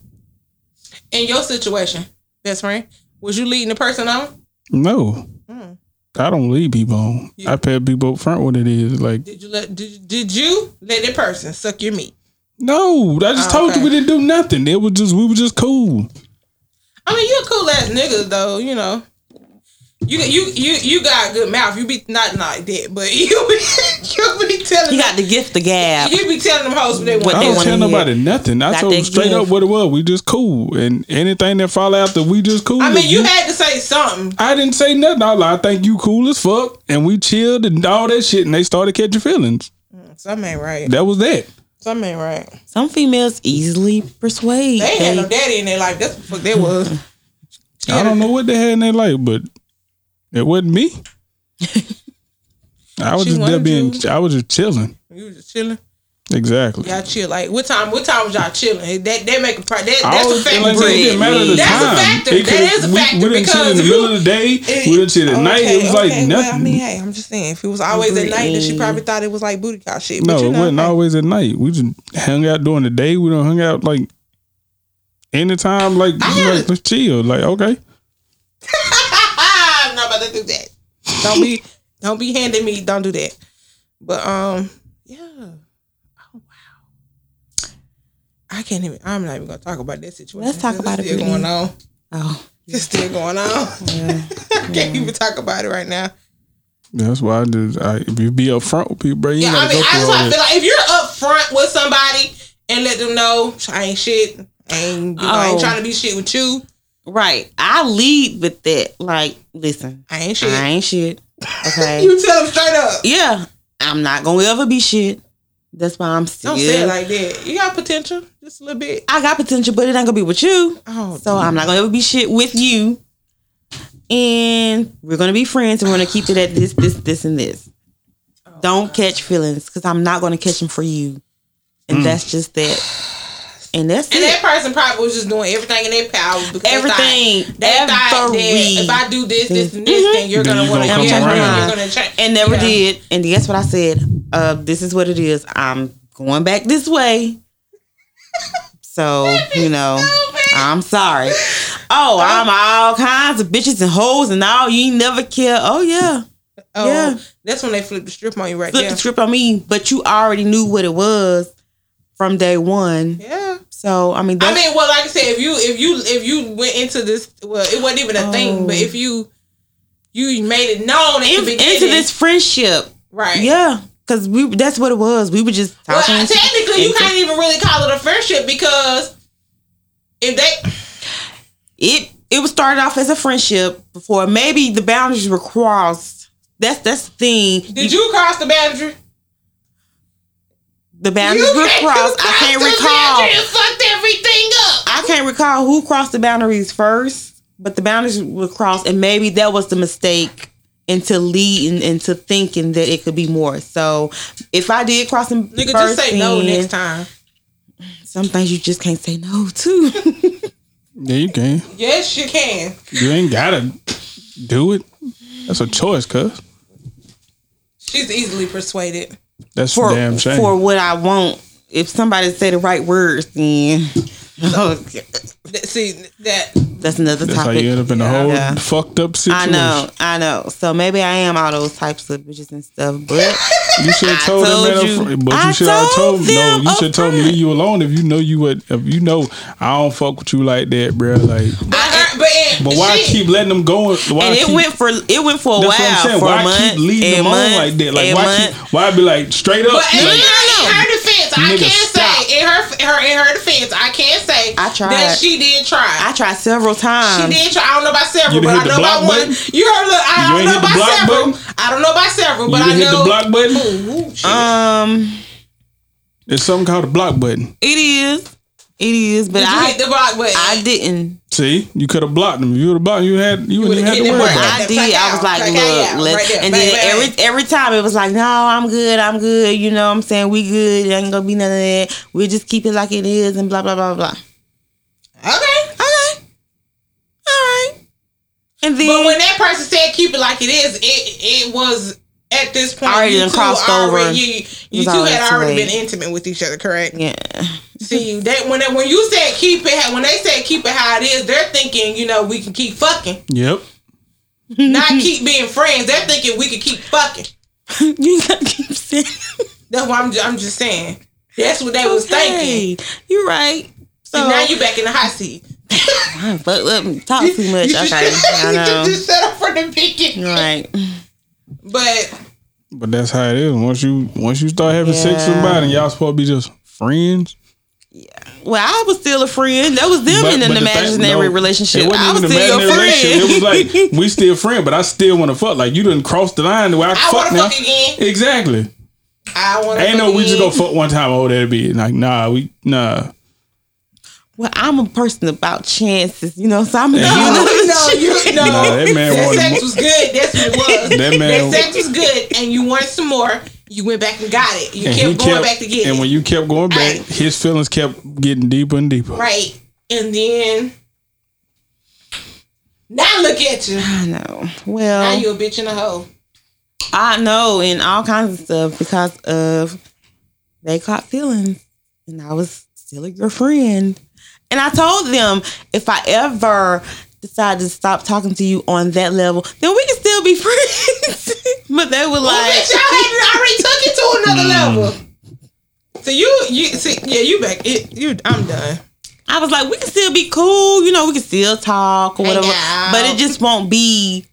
[SPEAKER 3] in your situation, best friend, was you leading the person on?
[SPEAKER 2] no,
[SPEAKER 3] Hmm.
[SPEAKER 2] I don't lead people on. I pay people up front what it is. Like,
[SPEAKER 3] Did you let did, did you let that person suck your meat?
[SPEAKER 2] no, I just
[SPEAKER 3] Oh,
[SPEAKER 2] told
[SPEAKER 3] okay.
[SPEAKER 2] you we didn't do nothing. It was just we were just cool.
[SPEAKER 3] I mean, you a cool ass nigga though, you know. You you you you got a good mouth. You be not like that, but (laughs) you be you be telling
[SPEAKER 4] you got the gift, the gab.
[SPEAKER 3] them, you be telling them hoes what they
[SPEAKER 4] What
[SPEAKER 2] I
[SPEAKER 3] want.
[SPEAKER 4] they
[SPEAKER 2] don't
[SPEAKER 4] wanna
[SPEAKER 2] tell
[SPEAKER 4] hear.
[SPEAKER 2] nobody nothing. I
[SPEAKER 4] That
[SPEAKER 2] told
[SPEAKER 4] they
[SPEAKER 2] them straight up
[SPEAKER 4] give.
[SPEAKER 2] what it was. We just cool, and anything that fall after, we just cool.
[SPEAKER 3] I
[SPEAKER 2] If
[SPEAKER 3] mean, you had to say something.
[SPEAKER 2] I didn't say nothing. I was like, I think you cool as fuck, and we chilled and all that shit, and they started catching feelings.
[SPEAKER 3] Something ain't right.
[SPEAKER 2] That was that.
[SPEAKER 3] Something ain't right.
[SPEAKER 4] Some females easily persuade.
[SPEAKER 3] They ain't had
[SPEAKER 4] They-
[SPEAKER 3] no daddy in their life. That's what the fuck they was.
[SPEAKER 2] I don't know what they had in their life, but it wasn't
[SPEAKER 3] (laughs)
[SPEAKER 2] me. I was
[SPEAKER 3] She
[SPEAKER 2] just there
[SPEAKER 3] wanted
[SPEAKER 2] being.
[SPEAKER 3] you.
[SPEAKER 2] I was just chilling.
[SPEAKER 3] You was just chilling.
[SPEAKER 2] Exactly.
[SPEAKER 3] Y'all chill. Like what time? What time was y'all chilling? That that make a pro- that,
[SPEAKER 2] I
[SPEAKER 3] that's a
[SPEAKER 2] was- and like I
[SPEAKER 3] fact.
[SPEAKER 2] said, it
[SPEAKER 4] bread,
[SPEAKER 2] didn't matter the
[SPEAKER 4] meat.
[SPEAKER 3] That's a
[SPEAKER 2] time.
[SPEAKER 3] factor.
[SPEAKER 2] It
[SPEAKER 3] That
[SPEAKER 2] could've-
[SPEAKER 3] is a factor
[SPEAKER 2] We, we didn't chill in the
[SPEAKER 3] because Oh,
[SPEAKER 2] middle of the
[SPEAKER 3] (laughs)
[SPEAKER 2] day. we didn't chill at night. It was like nothing.
[SPEAKER 3] Well, I mean, hey, I'm just saying, if it was always at night, then she probably thought it was like booty call shit.
[SPEAKER 2] no,
[SPEAKER 3] but you
[SPEAKER 2] it
[SPEAKER 3] know,
[SPEAKER 2] wasn't
[SPEAKER 3] hey,
[SPEAKER 2] always at night. We just hung out during the day. We don't hung out like anytime. Like,
[SPEAKER 3] had
[SPEAKER 2] like let's chill. Like okay.
[SPEAKER 3] (laughs) I'm not about to do that. Don't be, don't be handing me. Don't do that. But um, yeah. Oh wow. I can't even. I'm not even gonna talk about that situation.
[SPEAKER 4] Let's talk
[SPEAKER 3] It's
[SPEAKER 4] about it,
[SPEAKER 3] Still
[SPEAKER 4] Brittany.
[SPEAKER 3] going on.
[SPEAKER 4] oh,
[SPEAKER 3] It's still going on.
[SPEAKER 4] yeah.
[SPEAKER 3] (laughs) I can't even talk about it right now.
[SPEAKER 2] That's why I just I, if you be upfront with people, bro, you
[SPEAKER 3] Yeah, I
[SPEAKER 2] gotta
[SPEAKER 3] mean,
[SPEAKER 2] go
[SPEAKER 3] I
[SPEAKER 2] through
[SPEAKER 3] just
[SPEAKER 2] all
[SPEAKER 3] wanna feel
[SPEAKER 2] that.
[SPEAKER 3] like if you're upfront with somebody and let them know I ain't shit, I ain't, I ain't
[SPEAKER 4] Oh.
[SPEAKER 3] trying to be shit with you,
[SPEAKER 4] right. I lead with that. Like, listen,
[SPEAKER 3] I ain't shit.
[SPEAKER 4] I ain't shit. Okay.
[SPEAKER 3] (laughs) You tell them straight up.
[SPEAKER 4] yeah, I'm not gonna ever be shit. That's why I'm still.
[SPEAKER 3] Don't say it like that. You got potential, just a little bit.
[SPEAKER 4] I got potential, but it ain't gonna be with you.
[SPEAKER 3] Oh,
[SPEAKER 4] So I'm not gonna ever be shit with you. And we're gonna be friends, and we're gonna keep it at this, this, this, and this.
[SPEAKER 3] Oh,
[SPEAKER 4] Don't catch feelings, because I'm not gonna catch them for you. And that's just that. And that's
[SPEAKER 3] and
[SPEAKER 4] it.
[SPEAKER 3] that person probably was just doing everything in their power because they
[SPEAKER 4] Everything.
[SPEAKER 3] thought- they thought that
[SPEAKER 4] Every- Mm-hmm.
[SPEAKER 3] if I do this, this, and this, then you're
[SPEAKER 2] Then
[SPEAKER 3] gonna
[SPEAKER 2] you
[SPEAKER 3] want to
[SPEAKER 2] gonna
[SPEAKER 3] change.
[SPEAKER 2] come around.
[SPEAKER 3] You're gonna change,
[SPEAKER 4] and never
[SPEAKER 3] Yeah.
[SPEAKER 4] did. And guess what
[SPEAKER 3] (laughs)
[SPEAKER 4] I said? Uh, this is what it is. I'm going back this way. So, you know,
[SPEAKER 3] Oh,
[SPEAKER 4] I'm sorry. Oh, I'm all kinds of bitches and hoes and all. You ain't never care. Oh, yeah.
[SPEAKER 3] Oh,
[SPEAKER 4] Yeah.
[SPEAKER 3] that's when they flip the strip on you right
[SPEAKER 4] Flip
[SPEAKER 3] there.
[SPEAKER 4] the script on me, but you already knew what it was from day one.
[SPEAKER 3] yeah.
[SPEAKER 4] So, I mean,
[SPEAKER 3] I
[SPEAKER 4] that's,
[SPEAKER 3] mean, well, like I said, if you if you if you went into this, well, it wasn't even a
[SPEAKER 4] Oh.
[SPEAKER 3] thing. But if you you made it known at the
[SPEAKER 4] in-
[SPEAKER 3] beginning,
[SPEAKER 4] into this friendship.
[SPEAKER 3] right?
[SPEAKER 4] Yeah. Because we that's what it was. We were just
[SPEAKER 3] Well, uh,
[SPEAKER 4] talking. and-
[SPEAKER 3] technically, you
[SPEAKER 4] and-
[SPEAKER 3] can't even really call it a friendship because if they
[SPEAKER 4] it it was started off as a friendship before maybe the boundaries were crossed. That's that's the thing.
[SPEAKER 3] did you cross the boundary?
[SPEAKER 4] The boundaries were
[SPEAKER 3] can't
[SPEAKER 4] crossed. I
[SPEAKER 3] cross
[SPEAKER 4] can't
[SPEAKER 3] the
[SPEAKER 4] recall.
[SPEAKER 3] boundary and fucked everything up.
[SPEAKER 4] I can't recall who crossed the boundaries first, but the boundaries were crossed, and maybe that was the mistake into leading into thinking that it could be more. So if I did cross them
[SPEAKER 3] Nigga,
[SPEAKER 4] first,
[SPEAKER 3] just say no
[SPEAKER 4] then
[SPEAKER 3] next time.
[SPEAKER 4] Some things you just can't say no to. (laughs)
[SPEAKER 2] Yeah, you can.
[SPEAKER 3] Yes, you can.
[SPEAKER 2] You ain't gotta do it. That's a choice, cuz.
[SPEAKER 3] She's easily persuaded.
[SPEAKER 2] That's
[SPEAKER 4] for
[SPEAKER 2] damn shame.
[SPEAKER 4] for what I want. If somebody say the right words, then (laughs)
[SPEAKER 3] That, see that
[SPEAKER 4] that's another
[SPEAKER 2] That's how
[SPEAKER 4] topic.
[SPEAKER 2] you end up in a whole
[SPEAKER 4] Yeah.
[SPEAKER 2] fucked up (laughs) situation.
[SPEAKER 4] I know, I know. So maybe I am all those types of bitches and stuff, but
[SPEAKER 2] You should have
[SPEAKER 4] (laughs) I
[SPEAKER 2] told,
[SPEAKER 4] told
[SPEAKER 2] them
[SPEAKER 4] you.
[SPEAKER 2] that, up front, but
[SPEAKER 4] I
[SPEAKER 2] you should have
[SPEAKER 4] told
[SPEAKER 2] told no.
[SPEAKER 4] them
[SPEAKER 2] You should have told me
[SPEAKER 4] upfront.
[SPEAKER 2] leave you alone if you know you would. If you know I don't fuck with you like that, bro. Like,
[SPEAKER 3] but, her, but, and
[SPEAKER 2] but why
[SPEAKER 3] she-
[SPEAKER 2] keep letting them go? Why
[SPEAKER 4] and it
[SPEAKER 2] keep,
[SPEAKER 4] went for it went for a
[SPEAKER 2] That's what I'm
[SPEAKER 4] while,
[SPEAKER 2] saying.
[SPEAKER 4] for
[SPEAKER 2] Why
[SPEAKER 4] a month,
[SPEAKER 2] keep leading
[SPEAKER 4] and
[SPEAKER 2] them on
[SPEAKER 4] month,
[SPEAKER 2] like that? Like,
[SPEAKER 4] and
[SPEAKER 2] why
[SPEAKER 4] month.
[SPEAKER 2] keep? Why be like straight up?
[SPEAKER 3] But in,
[SPEAKER 2] like,
[SPEAKER 3] her, in her defense, I
[SPEAKER 2] Nigga,
[SPEAKER 3] can
[SPEAKER 2] stop.
[SPEAKER 3] say in her, her in her defense, I can say
[SPEAKER 4] I tried.
[SPEAKER 3] that she did try.
[SPEAKER 4] I tried several
[SPEAKER 3] she
[SPEAKER 4] times.
[SPEAKER 3] did try. I don't know about
[SPEAKER 2] You
[SPEAKER 3] several, but
[SPEAKER 2] done
[SPEAKER 3] I
[SPEAKER 2] hit
[SPEAKER 3] know
[SPEAKER 2] the
[SPEAKER 3] about
[SPEAKER 2] block
[SPEAKER 3] one. You heard? Look, I
[SPEAKER 2] You
[SPEAKER 3] don't
[SPEAKER 2] ain't hit
[SPEAKER 3] know
[SPEAKER 2] the
[SPEAKER 3] about
[SPEAKER 2] block
[SPEAKER 3] several.
[SPEAKER 2] button?
[SPEAKER 3] I don't know about several,
[SPEAKER 2] you
[SPEAKER 3] but
[SPEAKER 2] done
[SPEAKER 3] I
[SPEAKER 2] hit
[SPEAKER 3] know.
[SPEAKER 2] the block button.
[SPEAKER 3] Ooh, ooh, shit.
[SPEAKER 4] Um,
[SPEAKER 2] There's something called the block button.
[SPEAKER 4] it is, it is, but
[SPEAKER 3] Did you
[SPEAKER 4] I
[SPEAKER 3] hit the block button?
[SPEAKER 4] I didn't.
[SPEAKER 2] See, you could have blocked them. If you would have blocked, you had you wouldn't
[SPEAKER 3] would've
[SPEAKER 2] even have to
[SPEAKER 3] hit
[SPEAKER 2] worry about.
[SPEAKER 3] it where
[SPEAKER 2] it.
[SPEAKER 4] I
[SPEAKER 3] Right
[SPEAKER 4] did.
[SPEAKER 3] there, check
[SPEAKER 4] I was
[SPEAKER 3] out,
[SPEAKER 4] like,
[SPEAKER 3] check
[SPEAKER 4] look,
[SPEAKER 3] out,
[SPEAKER 4] let
[SPEAKER 3] right there, bang,
[SPEAKER 4] and then
[SPEAKER 3] bang.
[SPEAKER 4] every every time it was like, no, I'm good, I'm good. You know, what I'm saying we good. It ain't gonna be none of that. We just keep it like it is, and blah blah blah blah.
[SPEAKER 3] okay.
[SPEAKER 4] Okay, all right. And then
[SPEAKER 3] But when that person said keep it like it is, it it was at this point
[SPEAKER 4] Already
[SPEAKER 3] you
[SPEAKER 4] done
[SPEAKER 3] two
[SPEAKER 4] crossed
[SPEAKER 3] already,
[SPEAKER 4] over.
[SPEAKER 3] You, you
[SPEAKER 4] was
[SPEAKER 3] two
[SPEAKER 4] already
[SPEAKER 3] had
[SPEAKER 4] too
[SPEAKER 3] already
[SPEAKER 4] late.
[SPEAKER 3] been intimate with each other, correct?
[SPEAKER 4] yeah.
[SPEAKER 3] See that when that, when you said keep it when they said keep it how it is, they're thinking you know we can keep fucking,
[SPEAKER 2] Yep.
[SPEAKER 3] not
[SPEAKER 4] Mm-hmm.
[SPEAKER 3] keep being friends. They're thinking we can keep fucking.
[SPEAKER 4] (laughs) you gotta keep saying.
[SPEAKER 3] That's what I'm ju- I'm just saying. That's what they was thinking.
[SPEAKER 4] You're right. So
[SPEAKER 3] And now you back in the hot seat.
[SPEAKER 4] I fuck up and talk too much.
[SPEAKER 3] (laughs) You should-
[SPEAKER 4] Okay, I
[SPEAKER 3] you
[SPEAKER 4] know.
[SPEAKER 3] should just set up for the beginning.
[SPEAKER 4] You're right.
[SPEAKER 3] But
[SPEAKER 2] But that's how it is. Once you once you start having sex
[SPEAKER 4] Yeah.
[SPEAKER 2] with somebody, y'all supposed to be just friends.
[SPEAKER 4] Well, I was still a friend. That was them in an
[SPEAKER 2] the thing-
[SPEAKER 4] imaginary
[SPEAKER 2] no,
[SPEAKER 4] relationship.
[SPEAKER 2] It wasn't
[SPEAKER 4] I
[SPEAKER 2] even
[SPEAKER 4] was
[SPEAKER 2] an
[SPEAKER 4] still your
[SPEAKER 2] imaginary
[SPEAKER 4] friend.
[SPEAKER 2] relationship. It was like we still friend, but I still want to fuck. Like you didn't cross the line. Where I,
[SPEAKER 3] I
[SPEAKER 2] fuck
[SPEAKER 3] wanna
[SPEAKER 2] now.
[SPEAKER 3] fuck again.
[SPEAKER 2] Exactly.
[SPEAKER 3] I want to.
[SPEAKER 2] Ain't no we just go fuck one time. Oh, that'd be it. like nah. We nah.
[SPEAKER 4] (laughs) well, I'm a person about chances, you know. So
[SPEAKER 3] (laughs)
[SPEAKER 4] I'm
[SPEAKER 3] No,
[SPEAKER 4] you (laughs) know,
[SPEAKER 3] no,
[SPEAKER 2] (laughs)
[SPEAKER 3] you no.
[SPEAKER 2] Nah, that
[SPEAKER 3] (laughs)
[SPEAKER 2] man
[SPEAKER 3] That
[SPEAKER 2] wanted
[SPEAKER 3] sex
[SPEAKER 2] more.
[SPEAKER 3] was good. That's what it was.
[SPEAKER 2] That man-
[SPEAKER 3] That sex was good, and you wanted some more. You went back and got it. You
[SPEAKER 2] and
[SPEAKER 3] kept
[SPEAKER 2] he
[SPEAKER 3] going back to get
[SPEAKER 2] and
[SPEAKER 3] it.
[SPEAKER 2] when you kept going back,
[SPEAKER 3] Right.
[SPEAKER 2] his feelings kept getting deeper and deeper.
[SPEAKER 3] right, and then now look at you.
[SPEAKER 4] I know.
[SPEAKER 3] Now
[SPEAKER 4] Well,
[SPEAKER 3] you a bitch and a hoe.
[SPEAKER 4] I know, and all kinds of stuff because of they caught feelings, and I was still your friend. And I told them if I ever decide to stop talking to you on that level, then we can still be (laughs) friends. but they were
[SPEAKER 3] Well,
[SPEAKER 4] like,
[SPEAKER 3] Oh, bitch, y'all had already took it to another level. So you, you, see, yeah, you back. It, you, I'm done.
[SPEAKER 4] I was like, we can still be cool, you know, we can still talk or
[SPEAKER 3] Hang
[SPEAKER 4] whatever,
[SPEAKER 3] out.
[SPEAKER 4] but it just won't be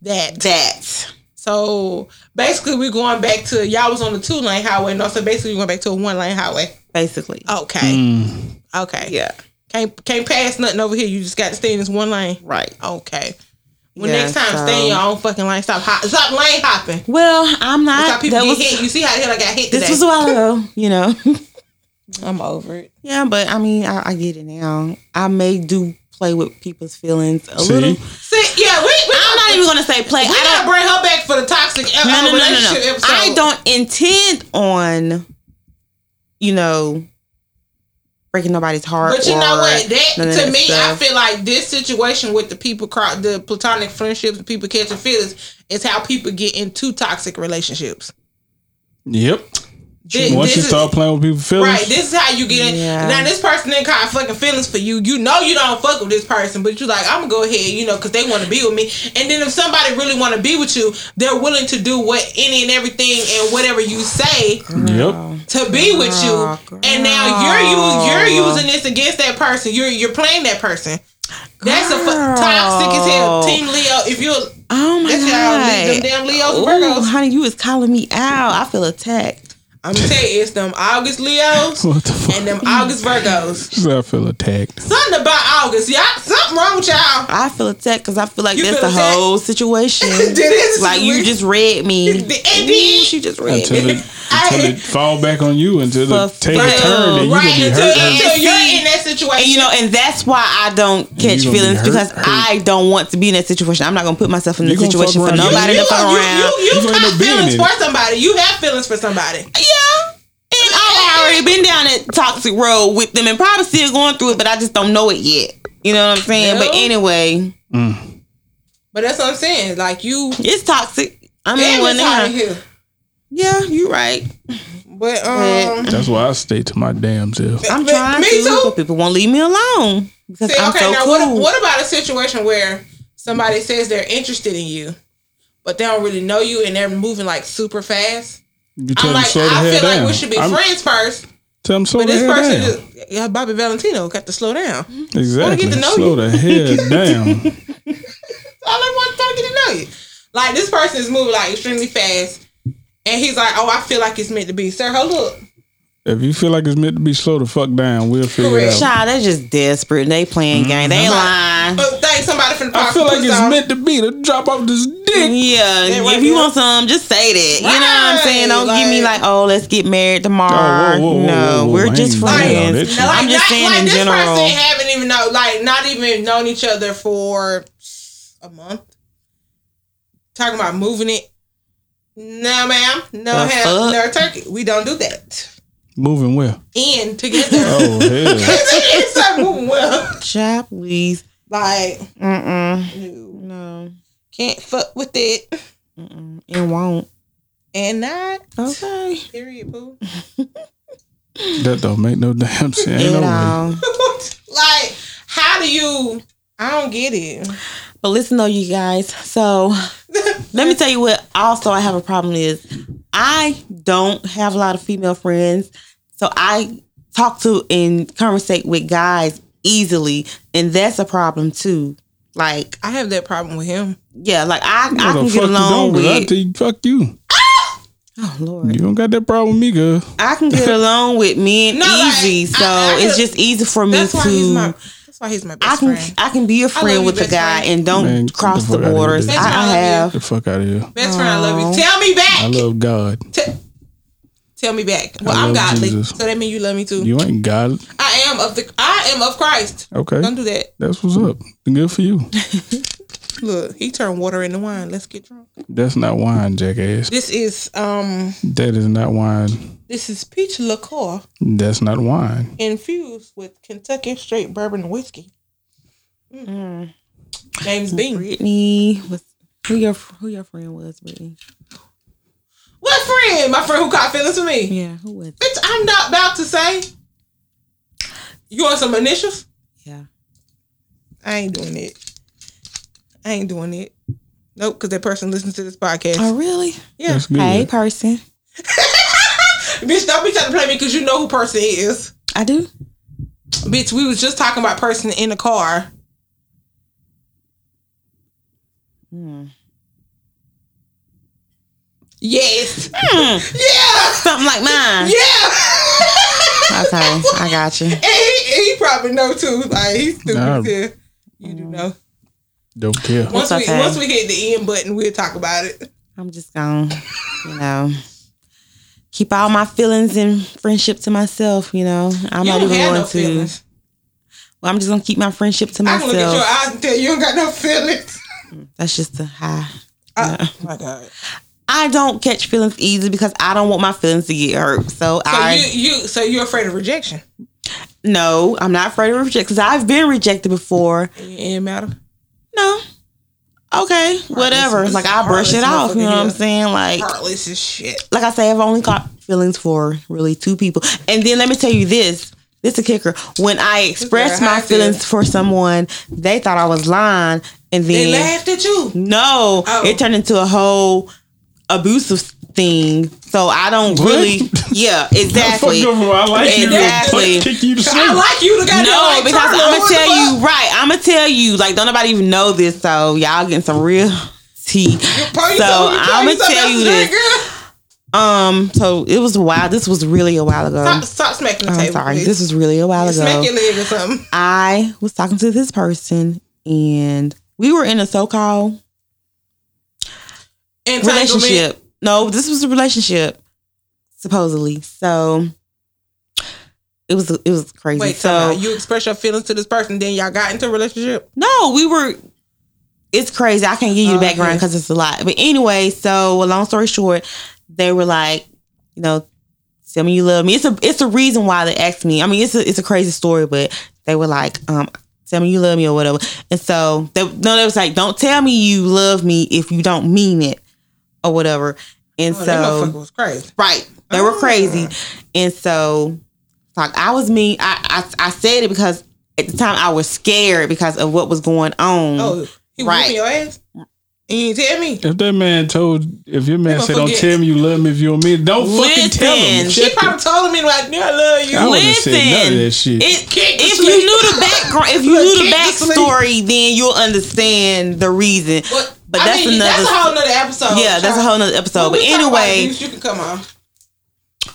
[SPEAKER 3] That.
[SPEAKER 4] that.
[SPEAKER 3] So basically, we going back to y'all was on the two lane highway, and also basically we going back to a one lane highway.
[SPEAKER 4] Basically,
[SPEAKER 3] Oh, Okay. Okay.
[SPEAKER 4] yeah,
[SPEAKER 3] Can't can't pass nothing over here. You just got to stay in this one lane.
[SPEAKER 4] right.
[SPEAKER 3] Okay. When
[SPEAKER 4] Yeah,
[SPEAKER 3] next time, stay in
[SPEAKER 4] so-
[SPEAKER 3] your own fucking lane. Stop hop, stop lane hopping.
[SPEAKER 4] Well, I'm
[SPEAKER 3] That's how
[SPEAKER 4] not.
[SPEAKER 3] people
[SPEAKER 4] That
[SPEAKER 3] get
[SPEAKER 4] was,
[SPEAKER 3] hit. You see how the hell I got hit
[SPEAKER 4] this
[SPEAKER 3] today.
[SPEAKER 4] was a
[SPEAKER 3] (laughs)
[SPEAKER 4] while ago, you know. (laughs)
[SPEAKER 3] I'm over it.
[SPEAKER 4] Yeah, but I mean, I, I get it now. I may do play with people's feelings a
[SPEAKER 2] See?
[SPEAKER 4] little.
[SPEAKER 3] See, yeah, we, we
[SPEAKER 4] I'm not even gonna say play.
[SPEAKER 3] We
[SPEAKER 4] I
[SPEAKER 3] gotta
[SPEAKER 4] don't.
[SPEAKER 3] bring her back for the toxic uh,
[SPEAKER 4] No, no, no, no,
[SPEAKER 3] relationship
[SPEAKER 4] no.
[SPEAKER 3] episode.
[SPEAKER 4] I don't intend on, you know, breaking nobody's heart.
[SPEAKER 3] But you know
[SPEAKER 4] or
[SPEAKER 3] what? That
[SPEAKER 4] none of
[SPEAKER 3] to me,
[SPEAKER 4] stuff.
[SPEAKER 3] I feel like this situation with the people, cro- the platonic friendships, and people catching feelings, is how people get into toxic relationships.
[SPEAKER 2] Yep.
[SPEAKER 3] Thi-
[SPEAKER 2] Once you
[SPEAKER 3] this is-
[SPEAKER 2] start playing with people's feelings,
[SPEAKER 3] Right, this is how you get in.
[SPEAKER 4] Yeah.
[SPEAKER 3] Now this person ain't got fucking feelings for you. You know you don't fuck with this person, but you like I'm gonna go ahead, you know, because they want to be with me. And then if somebody really want to be with you, they're willing to do what any and everything and whatever you say
[SPEAKER 2] yep.
[SPEAKER 3] to be with you. And now you're you you're using this against that person. You're you're playing that person. That's a
[SPEAKER 4] Girl.
[SPEAKER 3] fu- toxic as hell. Team Leo, if you're
[SPEAKER 4] Oh my
[SPEAKER 3] That's y'all leave them damn Leos and
[SPEAKER 4] god! Oh,
[SPEAKER 3] Virgos.
[SPEAKER 4] honey, you was calling me out. I feel attacked.
[SPEAKER 3] I'm gonna tell you, it's them August Leos
[SPEAKER 4] (laughs)
[SPEAKER 2] What the fuck?
[SPEAKER 3] and them August Virgos.
[SPEAKER 2] She said, I feel
[SPEAKER 3] (laughs)
[SPEAKER 2] attacked.
[SPEAKER 3] Something about August, y'all. Something wrong with (laughs) y'all.
[SPEAKER 4] I feel attacked because I feel like
[SPEAKER 3] You
[SPEAKER 4] that's
[SPEAKER 3] feel
[SPEAKER 4] the whole (laughs) situation.
[SPEAKER 3] It is
[SPEAKER 4] like you
[SPEAKER 3] weird.
[SPEAKER 4] just read (laughs) me.
[SPEAKER 3] It is.
[SPEAKER 4] Ooh, she just read
[SPEAKER 2] Until
[SPEAKER 4] me.
[SPEAKER 2] it,
[SPEAKER 3] (laughs)
[SPEAKER 2] until it fall back on you, until the
[SPEAKER 4] For
[SPEAKER 2] take a
[SPEAKER 4] real.
[SPEAKER 2] turn, and you
[SPEAKER 3] Right
[SPEAKER 2] gonna be
[SPEAKER 3] until,
[SPEAKER 2] hurt. hurt.
[SPEAKER 3] until
[SPEAKER 4] And
[SPEAKER 3] you're
[SPEAKER 4] see-
[SPEAKER 3] in that situation,
[SPEAKER 4] And (laughs) you know, and that's why I don't
[SPEAKER 2] gonna
[SPEAKER 4] catch
[SPEAKER 2] be
[SPEAKER 4] feelings
[SPEAKER 2] hurt,
[SPEAKER 4] because
[SPEAKER 2] hurt.
[SPEAKER 4] I don't want to be in that situation. I'm not gonna put myself in
[SPEAKER 2] You
[SPEAKER 4] that
[SPEAKER 2] gonna fuck
[SPEAKER 4] situation for
[SPEAKER 2] around. You-
[SPEAKER 4] nobody
[SPEAKER 3] you,
[SPEAKER 4] to fuck
[SPEAKER 3] Oh, you,
[SPEAKER 4] around.
[SPEAKER 3] you, you,
[SPEAKER 2] You gonna
[SPEAKER 3] got
[SPEAKER 2] be in
[SPEAKER 3] feelings
[SPEAKER 2] it.
[SPEAKER 3] for somebody. You have feelings for somebody.
[SPEAKER 4] Yeah. And I already been down that toxic road with them and probably still going through it, but I just don't know it yet. You know what I'm saying?
[SPEAKER 3] No.
[SPEAKER 4] But anyway,
[SPEAKER 3] But that's what I'm saying. Like you,
[SPEAKER 4] it's toxic. I mean,
[SPEAKER 3] damn,
[SPEAKER 4] one
[SPEAKER 3] it's hot in
[SPEAKER 4] now.
[SPEAKER 3] here.
[SPEAKER 4] Yeah, you're right.
[SPEAKER 3] But um,
[SPEAKER 2] That's why I stay to my damn self.
[SPEAKER 4] I'm
[SPEAKER 3] But
[SPEAKER 4] trying
[SPEAKER 3] me
[SPEAKER 4] to,
[SPEAKER 3] too.
[SPEAKER 4] but people won't leave me alone because
[SPEAKER 3] See,
[SPEAKER 4] I'm
[SPEAKER 3] okay,
[SPEAKER 4] so
[SPEAKER 3] now
[SPEAKER 4] cool.
[SPEAKER 3] what, what about a situation where somebody says they're interested in you, but they don't really know you and they're moving like super fast?
[SPEAKER 2] You tell them
[SPEAKER 3] I'm like,
[SPEAKER 2] slow the
[SPEAKER 3] I
[SPEAKER 2] hell
[SPEAKER 3] feel
[SPEAKER 2] down.
[SPEAKER 3] like we should be
[SPEAKER 2] I'm-
[SPEAKER 3] friends first,
[SPEAKER 2] Tell them slow
[SPEAKER 3] but
[SPEAKER 2] the
[SPEAKER 3] this
[SPEAKER 2] hell
[SPEAKER 3] person,
[SPEAKER 2] down.
[SPEAKER 3] just, yeah, Bobby Valentino, got to slow down.
[SPEAKER 2] exactly.
[SPEAKER 3] to know
[SPEAKER 2] slow the hell down.
[SPEAKER 3] All I want to talk to know you. Like this person is moving like extremely fast, and he's like, "Oh, I feel like it's meant to be." Sir, hold up.
[SPEAKER 2] If you feel like it's meant to be slow the fuck down, we'll figure
[SPEAKER 3] Correct.
[SPEAKER 2] it out.
[SPEAKER 4] Child, they just desperate and they playing
[SPEAKER 2] Mm-hmm.
[SPEAKER 4] game. They ain't lying.
[SPEAKER 3] But thanks Uh, somebody for the
[SPEAKER 2] I feel like
[SPEAKER 3] push
[SPEAKER 2] it's
[SPEAKER 3] off.
[SPEAKER 2] meant to be to drop off this dick.
[SPEAKER 4] Yeah,
[SPEAKER 3] right
[SPEAKER 4] if you
[SPEAKER 3] there.
[SPEAKER 4] want some, just say that. You know what I'm
[SPEAKER 3] Right,
[SPEAKER 4] saying? Don't give me
[SPEAKER 3] like-
[SPEAKER 4] like, oh, let's get married tomorrow.
[SPEAKER 2] Oh, whoa, whoa, whoa,
[SPEAKER 4] no,
[SPEAKER 2] whoa, whoa,
[SPEAKER 4] we're
[SPEAKER 2] I
[SPEAKER 4] just
[SPEAKER 2] ain't doing all
[SPEAKER 4] friends.
[SPEAKER 2] that shit.
[SPEAKER 4] I'm just saying in
[SPEAKER 3] this
[SPEAKER 4] general.
[SPEAKER 3] person haven't even know, like, not even known each other for a month. Talking about moving it. No, ma'am. No,
[SPEAKER 4] The
[SPEAKER 3] hell,
[SPEAKER 4] fuck?
[SPEAKER 3] no turkey. We don't do that.
[SPEAKER 2] Moving well.
[SPEAKER 3] In
[SPEAKER 4] (laughs)
[SPEAKER 3] together.
[SPEAKER 2] Oh hell.
[SPEAKER 3] (laughs) it's not moving well.
[SPEAKER 4] Child, please.
[SPEAKER 3] Like,
[SPEAKER 4] Mm-mm.
[SPEAKER 3] no,
[SPEAKER 4] No.
[SPEAKER 3] can't fuck with it.
[SPEAKER 4] Mm-mm. It won't.
[SPEAKER 3] And not.
[SPEAKER 4] Okay.
[SPEAKER 3] Period, boo.
[SPEAKER 2] that don't make no damn sense. Ain't no
[SPEAKER 4] It
[SPEAKER 2] way.
[SPEAKER 4] all.
[SPEAKER 3] (laughs) like, how do you. I don't get it.
[SPEAKER 4] But listen though, you guys.
[SPEAKER 3] (laughs)
[SPEAKER 4] So let me tell you what also I have a problem is I don't have a lot of female friends. So I talk to and conversate with guys easily and that's a problem too. Like
[SPEAKER 3] I have that problem with him.
[SPEAKER 4] yeah, like I, I
[SPEAKER 2] What
[SPEAKER 4] can
[SPEAKER 2] the
[SPEAKER 4] get
[SPEAKER 2] fuck you
[SPEAKER 4] along
[SPEAKER 2] don't? 'Cause I
[SPEAKER 4] with
[SPEAKER 2] tell you, fuck you.
[SPEAKER 4] Oh Lord.
[SPEAKER 2] You don't got that problem with me, girl.
[SPEAKER 4] I
[SPEAKER 3] (laughs)
[SPEAKER 4] can get along with men
[SPEAKER 3] No, like,
[SPEAKER 4] easy.
[SPEAKER 3] I-
[SPEAKER 4] so
[SPEAKER 3] I- I
[SPEAKER 4] it's
[SPEAKER 3] could-
[SPEAKER 4] just easy for me
[SPEAKER 3] That's
[SPEAKER 4] to
[SPEAKER 3] why he's my. That's why he's my best
[SPEAKER 4] I can
[SPEAKER 3] friend.
[SPEAKER 4] I can be a friend
[SPEAKER 3] you,
[SPEAKER 4] with a
[SPEAKER 3] best
[SPEAKER 4] guy
[SPEAKER 3] friend.
[SPEAKER 4] and don't
[SPEAKER 2] Man, get the
[SPEAKER 4] cross the
[SPEAKER 2] fuck outta here,
[SPEAKER 4] borders. I,
[SPEAKER 2] bitch.
[SPEAKER 3] Best
[SPEAKER 4] I
[SPEAKER 3] friend, I love you.
[SPEAKER 4] have
[SPEAKER 2] The fuck out of here.
[SPEAKER 3] Best friend, I love you.
[SPEAKER 4] Aw.
[SPEAKER 3] Tell me back.
[SPEAKER 2] I love God.
[SPEAKER 3] Te- tell me back. Well,
[SPEAKER 2] I
[SPEAKER 3] I'm
[SPEAKER 2] love
[SPEAKER 3] godly,
[SPEAKER 2] Jesus.
[SPEAKER 3] so that means you love me too.
[SPEAKER 2] You ain't God.
[SPEAKER 3] I am of the. I am of Christ.
[SPEAKER 2] Okay.
[SPEAKER 3] Don't do that.
[SPEAKER 2] That's what's up. Good for you.
[SPEAKER 3] Look, he turned water into wine. Let's get drunk.
[SPEAKER 2] That's not wine, jackass.
[SPEAKER 3] This is um.
[SPEAKER 2] That is not wine.
[SPEAKER 3] This is peach liqueur
[SPEAKER 2] That's not wine.
[SPEAKER 3] infused with Kentucky straight bourbon whiskey. Mm. Name's Bean.
[SPEAKER 4] Brittany was who your who your friend was, Brittany.
[SPEAKER 3] What friend? My friend who caught feelings for me.
[SPEAKER 4] Yeah, who was? it?
[SPEAKER 3] Bitch, I'm not about to say. You want some initials?
[SPEAKER 4] Yeah,
[SPEAKER 3] I ain't doing it. I ain't doing it. Nope, because that person listens to this podcast.
[SPEAKER 4] oh really?
[SPEAKER 3] Yeah.
[SPEAKER 2] That's good.
[SPEAKER 4] Hey, person,
[SPEAKER 3] Bitch, don't be trying to play me because you know who person is.
[SPEAKER 4] I do.
[SPEAKER 3] Bitch, we was just talking about person in the car.
[SPEAKER 4] Hmm.
[SPEAKER 3] Yes. Yeah.
[SPEAKER 4] (laughs) Something like mine.
[SPEAKER 3] Yeah.
[SPEAKER 4] (laughs) Okay, I got
[SPEAKER 3] (laughs)
[SPEAKER 4] you.
[SPEAKER 3] and he, and he probably know too. Like he's stupid.
[SPEAKER 2] Nah.
[SPEAKER 3] as hell. You do know.
[SPEAKER 2] Don't care.
[SPEAKER 3] Once we
[SPEAKER 4] okay.
[SPEAKER 3] once we hit the end button, we'll talk about it.
[SPEAKER 4] I'm just gonna, you know, keep all my feelings and friendship to myself. You know, I'm
[SPEAKER 3] You
[SPEAKER 4] not
[SPEAKER 3] don't
[SPEAKER 4] even
[SPEAKER 3] have
[SPEAKER 4] going
[SPEAKER 3] no
[SPEAKER 4] to.
[SPEAKER 3] feelings.
[SPEAKER 4] Well, I'm just gonna keep my friendship to
[SPEAKER 3] I can
[SPEAKER 4] myself.
[SPEAKER 3] look at your eyes and tell you don't got no feelings.
[SPEAKER 4] That's just a high.
[SPEAKER 3] Oh my god.
[SPEAKER 4] I don't catch feelings easy because I don't want my feelings to get hurt. So,
[SPEAKER 3] So
[SPEAKER 4] I
[SPEAKER 3] you you so you're afraid of rejection.
[SPEAKER 4] no, I'm not afraid of rejection because I've been rejected before.
[SPEAKER 3] It matter.
[SPEAKER 4] No. Okay, whatever.
[SPEAKER 3] this
[SPEAKER 4] Like I
[SPEAKER 3] heartless
[SPEAKER 4] brush it off. You know what I'm
[SPEAKER 3] motherfucker
[SPEAKER 4] saying? Like,
[SPEAKER 3] Heartless as shit.
[SPEAKER 4] like I say, I've only caught feelings for really two people. And then let me tell you this. This a kicker. When I expressed
[SPEAKER 3] girl, how
[SPEAKER 4] my
[SPEAKER 3] I feel.
[SPEAKER 4] feelings for someone, they thought I was lying and then
[SPEAKER 3] They laughed at you.
[SPEAKER 4] no,
[SPEAKER 3] Oh.
[SPEAKER 4] it turned into a whole abusive thing. So I don't
[SPEAKER 2] What?
[SPEAKER 4] really,
[SPEAKER 3] (laughs)
[SPEAKER 4] yeah, exactly.
[SPEAKER 2] Fuck over, I like you.
[SPEAKER 4] Exactly.
[SPEAKER 2] Fuck, Kick you to sleep.
[SPEAKER 3] I like you to goddamn
[SPEAKER 4] No,
[SPEAKER 3] like
[SPEAKER 4] because
[SPEAKER 3] Turner.
[SPEAKER 4] I'm
[SPEAKER 3] What
[SPEAKER 4] gonna
[SPEAKER 3] the
[SPEAKER 4] tell
[SPEAKER 3] fuck?
[SPEAKER 4] you, right? I'm gonna tell you, like, don't nobody even know this, so y'all getting some real tea.
[SPEAKER 3] Party
[SPEAKER 4] So
[SPEAKER 3] told you,
[SPEAKER 4] I'ma
[SPEAKER 3] Tony,
[SPEAKER 4] tell you
[SPEAKER 3] something else
[SPEAKER 4] this.
[SPEAKER 3] to drink,
[SPEAKER 4] Um, so it was a while. This was really a while ago.
[SPEAKER 3] girl. Stop, stop smacking the
[SPEAKER 4] Oh. I'm
[SPEAKER 3] table.
[SPEAKER 4] sorry.
[SPEAKER 3] please.
[SPEAKER 4] This was really a while
[SPEAKER 3] Smack your
[SPEAKER 4] ago.
[SPEAKER 3] leg or something.
[SPEAKER 4] I was talking to this person, and we were in a so-called
[SPEAKER 3] Entanglement.
[SPEAKER 4] relationship. No, this was a relationship, supposedly. So it was it was crazy.
[SPEAKER 3] Wait, so
[SPEAKER 4] so
[SPEAKER 3] you express your feelings to this person, then y'all got into a relationship.
[SPEAKER 4] no, we were. It's crazy. I can't give you the
[SPEAKER 3] Oh, Okay.
[SPEAKER 4] background because it's a lot. But anyway, so long story short, they were like, you know, tell me you love me. It's a it's a reason why they asked me. I mean, it's a it's a crazy story, but they were like, um, tell me you love me or whatever. And so they no, they was like, don't tell me you love me if you don't mean it or whatever. And
[SPEAKER 3] Oh,
[SPEAKER 4] so
[SPEAKER 3] that motherfucker was crazy.
[SPEAKER 4] Right. They were crazy. And so like I was me. I, I I said it because at the time I was scared because of what was going on.
[SPEAKER 3] Oh, he was
[SPEAKER 4] Mm. Right.
[SPEAKER 3] whooping your ass. And you didn't tell me.
[SPEAKER 2] If that man told, if your man
[SPEAKER 3] He
[SPEAKER 2] said,
[SPEAKER 3] gonna
[SPEAKER 2] "Don't
[SPEAKER 3] forget.
[SPEAKER 2] tell me you love me if you don't mean," it," don't fucking tell him.
[SPEAKER 4] Listen.
[SPEAKER 3] She
[SPEAKER 2] Shit.
[SPEAKER 3] probably told me like, "Yeah, I love you."
[SPEAKER 2] I wouldn't have said none of that shit.
[SPEAKER 4] It,
[SPEAKER 3] Kick the
[SPEAKER 4] if
[SPEAKER 3] sleep.
[SPEAKER 4] you knew the background, if you
[SPEAKER 3] Look,
[SPEAKER 4] knew the
[SPEAKER 3] kick the sleep.
[SPEAKER 4] backstory, then you'll understand the reason.
[SPEAKER 3] But,
[SPEAKER 4] But, that's
[SPEAKER 3] mean, That's
[SPEAKER 4] another.
[SPEAKER 3] a whole nother episode.
[SPEAKER 4] yeah, that's a whole nother
[SPEAKER 3] When
[SPEAKER 4] episode. But
[SPEAKER 3] we talk about
[SPEAKER 4] anyway,
[SPEAKER 3] abuse, you can come on.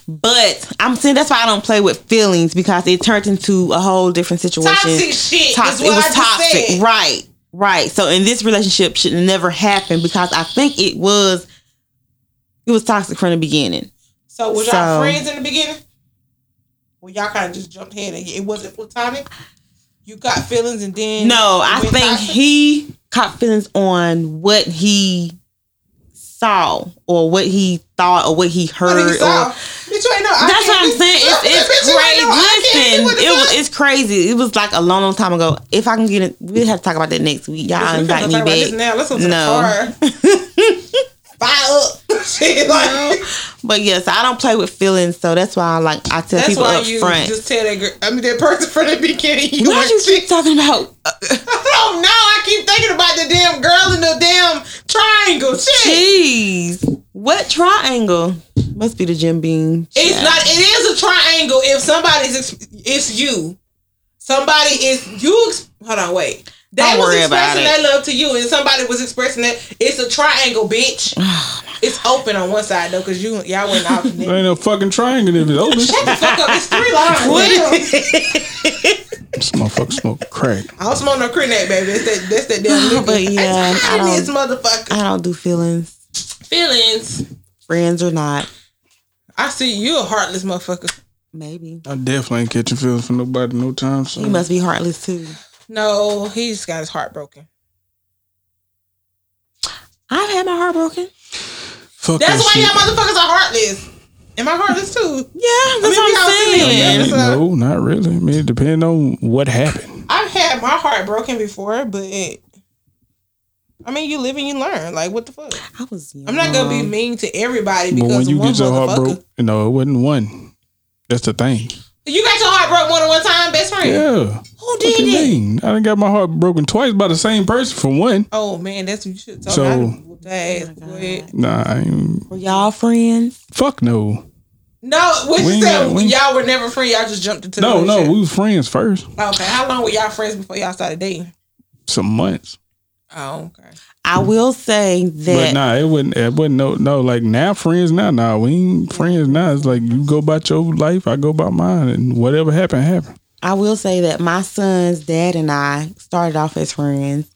[SPEAKER 4] but I'm saying that's why I don't play with feelings because it turned into a whole different situation.
[SPEAKER 3] Toxic shit. Is
[SPEAKER 4] Toxic.
[SPEAKER 3] what
[SPEAKER 4] it was
[SPEAKER 3] I just
[SPEAKER 4] toxic.
[SPEAKER 3] said.
[SPEAKER 4] Right. Right. So in this relationship should never happen because I think it was it was toxic from the beginning.
[SPEAKER 3] So was y'all
[SPEAKER 4] So-
[SPEAKER 3] friends in the beginning? Well, y'all kind of just jumped ahead. And it wasn't platonic. You got feelings, and then
[SPEAKER 4] No, I
[SPEAKER 3] went
[SPEAKER 4] think
[SPEAKER 3] toxic?
[SPEAKER 4] he caught feelings on what he saw or what he thought or what he
[SPEAKER 3] What
[SPEAKER 4] heard
[SPEAKER 3] did he saw?
[SPEAKER 4] or
[SPEAKER 3] Bitch, you ain't know. I
[SPEAKER 4] That's what
[SPEAKER 3] can't
[SPEAKER 4] I'm
[SPEAKER 3] do-
[SPEAKER 4] saying. It's,
[SPEAKER 3] Bitch,
[SPEAKER 4] it's
[SPEAKER 3] you ain't know I
[SPEAKER 4] crazy.
[SPEAKER 3] can't do what
[SPEAKER 4] Listen,
[SPEAKER 3] the
[SPEAKER 4] it was
[SPEAKER 3] fuck.
[SPEAKER 4] it's crazy. It was like a long, long time ago. If I can get it, we'll have to talk about that next week. Y'all
[SPEAKER 3] We
[SPEAKER 4] invite
[SPEAKER 3] can't
[SPEAKER 4] me
[SPEAKER 3] talk about this
[SPEAKER 4] back.
[SPEAKER 3] now. Let's go to
[SPEAKER 4] No.
[SPEAKER 3] the car.
[SPEAKER 4] (laughs)
[SPEAKER 3] Buy up. (laughs) Shit, like
[SPEAKER 4] But yes, I don't play with feelings, so that's why I like I tell
[SPEAKER 3] that's
[SPEAKER 4] people
[SPEAKER 3] why
[SPEAKER 4] up
[SPEAKER 3] you
[SPEAKER 4] front.
[SPEAKER 3] just tell that girl. I mean, that person from the beginning. You
[SPEAKER 4] What
[SPEAKER 3] want
[SPEAKER 4] you
[SPEAKER 3] shit.
[SPEAKER 4] keep talking about? Uh,
[SPEAKER 3] I don't know. Oh, I keep thinking about the damn girl in the damn triangle. Shit.
[SPEAKER 4] Jeez, what triangle? Must be the Jim Beam.
[SPEAKER 3] It's
[SPEAKER 4] Yeah.
[SPEAKER 3] not. It is a triangle. If somebody's, ex- it's you. Somebody is you. Ex- hold on, wait. They
[SPEAKER 4] Don't
[SPEAKER 3] was
[SPEAKER 4] worry about
[SPEAKER 3] expressing
[SPEAKER 4] it.
[SPEAKER 3] their love to you, and somebody was expressing that it's a triangle,
[SPEAKER 4] (sighs)
[SPEAKER 3] bitch.
[SPEAKER 4] Oh,
[SPEAKER 3] it's open on one side though, cause you y'all went off. Shut
[SPEAKER 4] (laughs)
[SPEAKER 2] There ain't no fucking triangle if it's open.
[SPEAKER 3] the fuck up. It's three lines. Damn.
[SPEAKER 2] this motherfucker smoke crack.
[SPEAKER 3] I don't smoke no crenate, baby. That's that. That's that damn. liquor.
[SPEAKER 4] (laughs) But yeah,
[SPEAKER 3] It's hot
[SPEAKER 4] I
[SPEAKER 3] in this
[SPEAKER 4] don't.
[SPEAKER 3] motherfucker.
[SPEAKER 4] I don't do feelings,
[SPEAKER 3] Feelings.
[SPEAKER 4] friends or not.
[SPEAKER 3] I see you a heartless motherfucker.
[SPEAKER 4] Maybe
[SPEAKER 2] I definitely ain't catching feelings from nobody no time
[SPEAKER 4] you
[SPEAKER 2] soon.
[SPEAKER 4] must be heartless too.
[SPEAKER 3] No, he just got his heart broken.
[SPEAKER 4] I've had my heart broken.
[SPEAKER 2] Fuck
[SPEAKER 3] That's
[SPEAKER 2] that Oh,
[SPEAKER 3] why
[SPEAKER 2] shit.
[SPEAKER 3] y'all motherfuckers are heartless. Am I heartless too?
[SPEAKER 4] Yeah, that's
[SPEAKER 3] mean, we all
[SPEAKER 4] what I'm
[SPEAKER 3] feel it.
[SPEAKER 4] saying.
[SPEAKER 2] I mean,
[SPEAKER 3] Yeah.
[SPEAKER 2] no, not really. I mean, it depends on what happened.
[SPEAKER 3] I've had my heart broken before, but I mean, you live and you learn. Like, what the fuck?
[SPEAKER 4] I was. Young.
[SPEAKER 3] I'm not gonna be mean to everybody
[SPEAKER 2] Mm-hmm. But
[SPEAKER 3] because
[SPEAKER 2] when you
[SPEAKER 3] one
[SPEAKER 2] get your heart
[SPEAKER 3] motherfucker.
[SPEAKER 2] broke, you know, it wasn't one. That's the thing.
[SPEAKER 3] You got your heart broke more than one time, best friend.
[SPEAKER 2] Yeah.
[SPEAKER 3] Who
[SPEAKER 2] What you
[SPEAKER 3] did it?
[SPEAKER 2] mean? I done got my heart broken twice by the same person for one.
[SPEAKER 3] Oh man, that's what you should talk
[SPEAKER 2] So-
[SPEAKER 3] about. That
[SPEAKER 4] God.
[SPEAKER 3] ass, boy.
[SPEAKER 2] Nah, I ain't,
[SPEAKER 4] Were y'all friends?
[SPEAKER 2] fuck no.
[SPEAKER 3] no, what
[SPEAKER 2] We
[SPEAKER 3] you
[SPEAKER 2] ain't
[SPEAKER 3] said?
[SPEAKER 2] got- we ain't-
[SPEAKER 3] y'all were never friends. Y'all just jumped into
[SPEAKER 2] No,
[SPEAKER 3] the
[SPEAKER 2] no,
[SPEAKER 3] relationship.
[SPEAKER 2] we was friends first.
[SPEAKER 3] okay, how long were y'all friends before y'all started dating?
[SPEAKER 2] Some months.
[SPEAKER 3] Oh, okay.
[SPEAKER 4] I will say
[SPEAKER 2] But
[SPEAKER 4] that.
[SPEAKER 2] nah, it wouldn't. It wouldn't. No, no. Like now, friends now. Nah, we ain't friends now. It's like you go about your life, I go about mine, and whatever happened, happened.
[SPEAKER 4] I will say that my son's dad and I started off as friends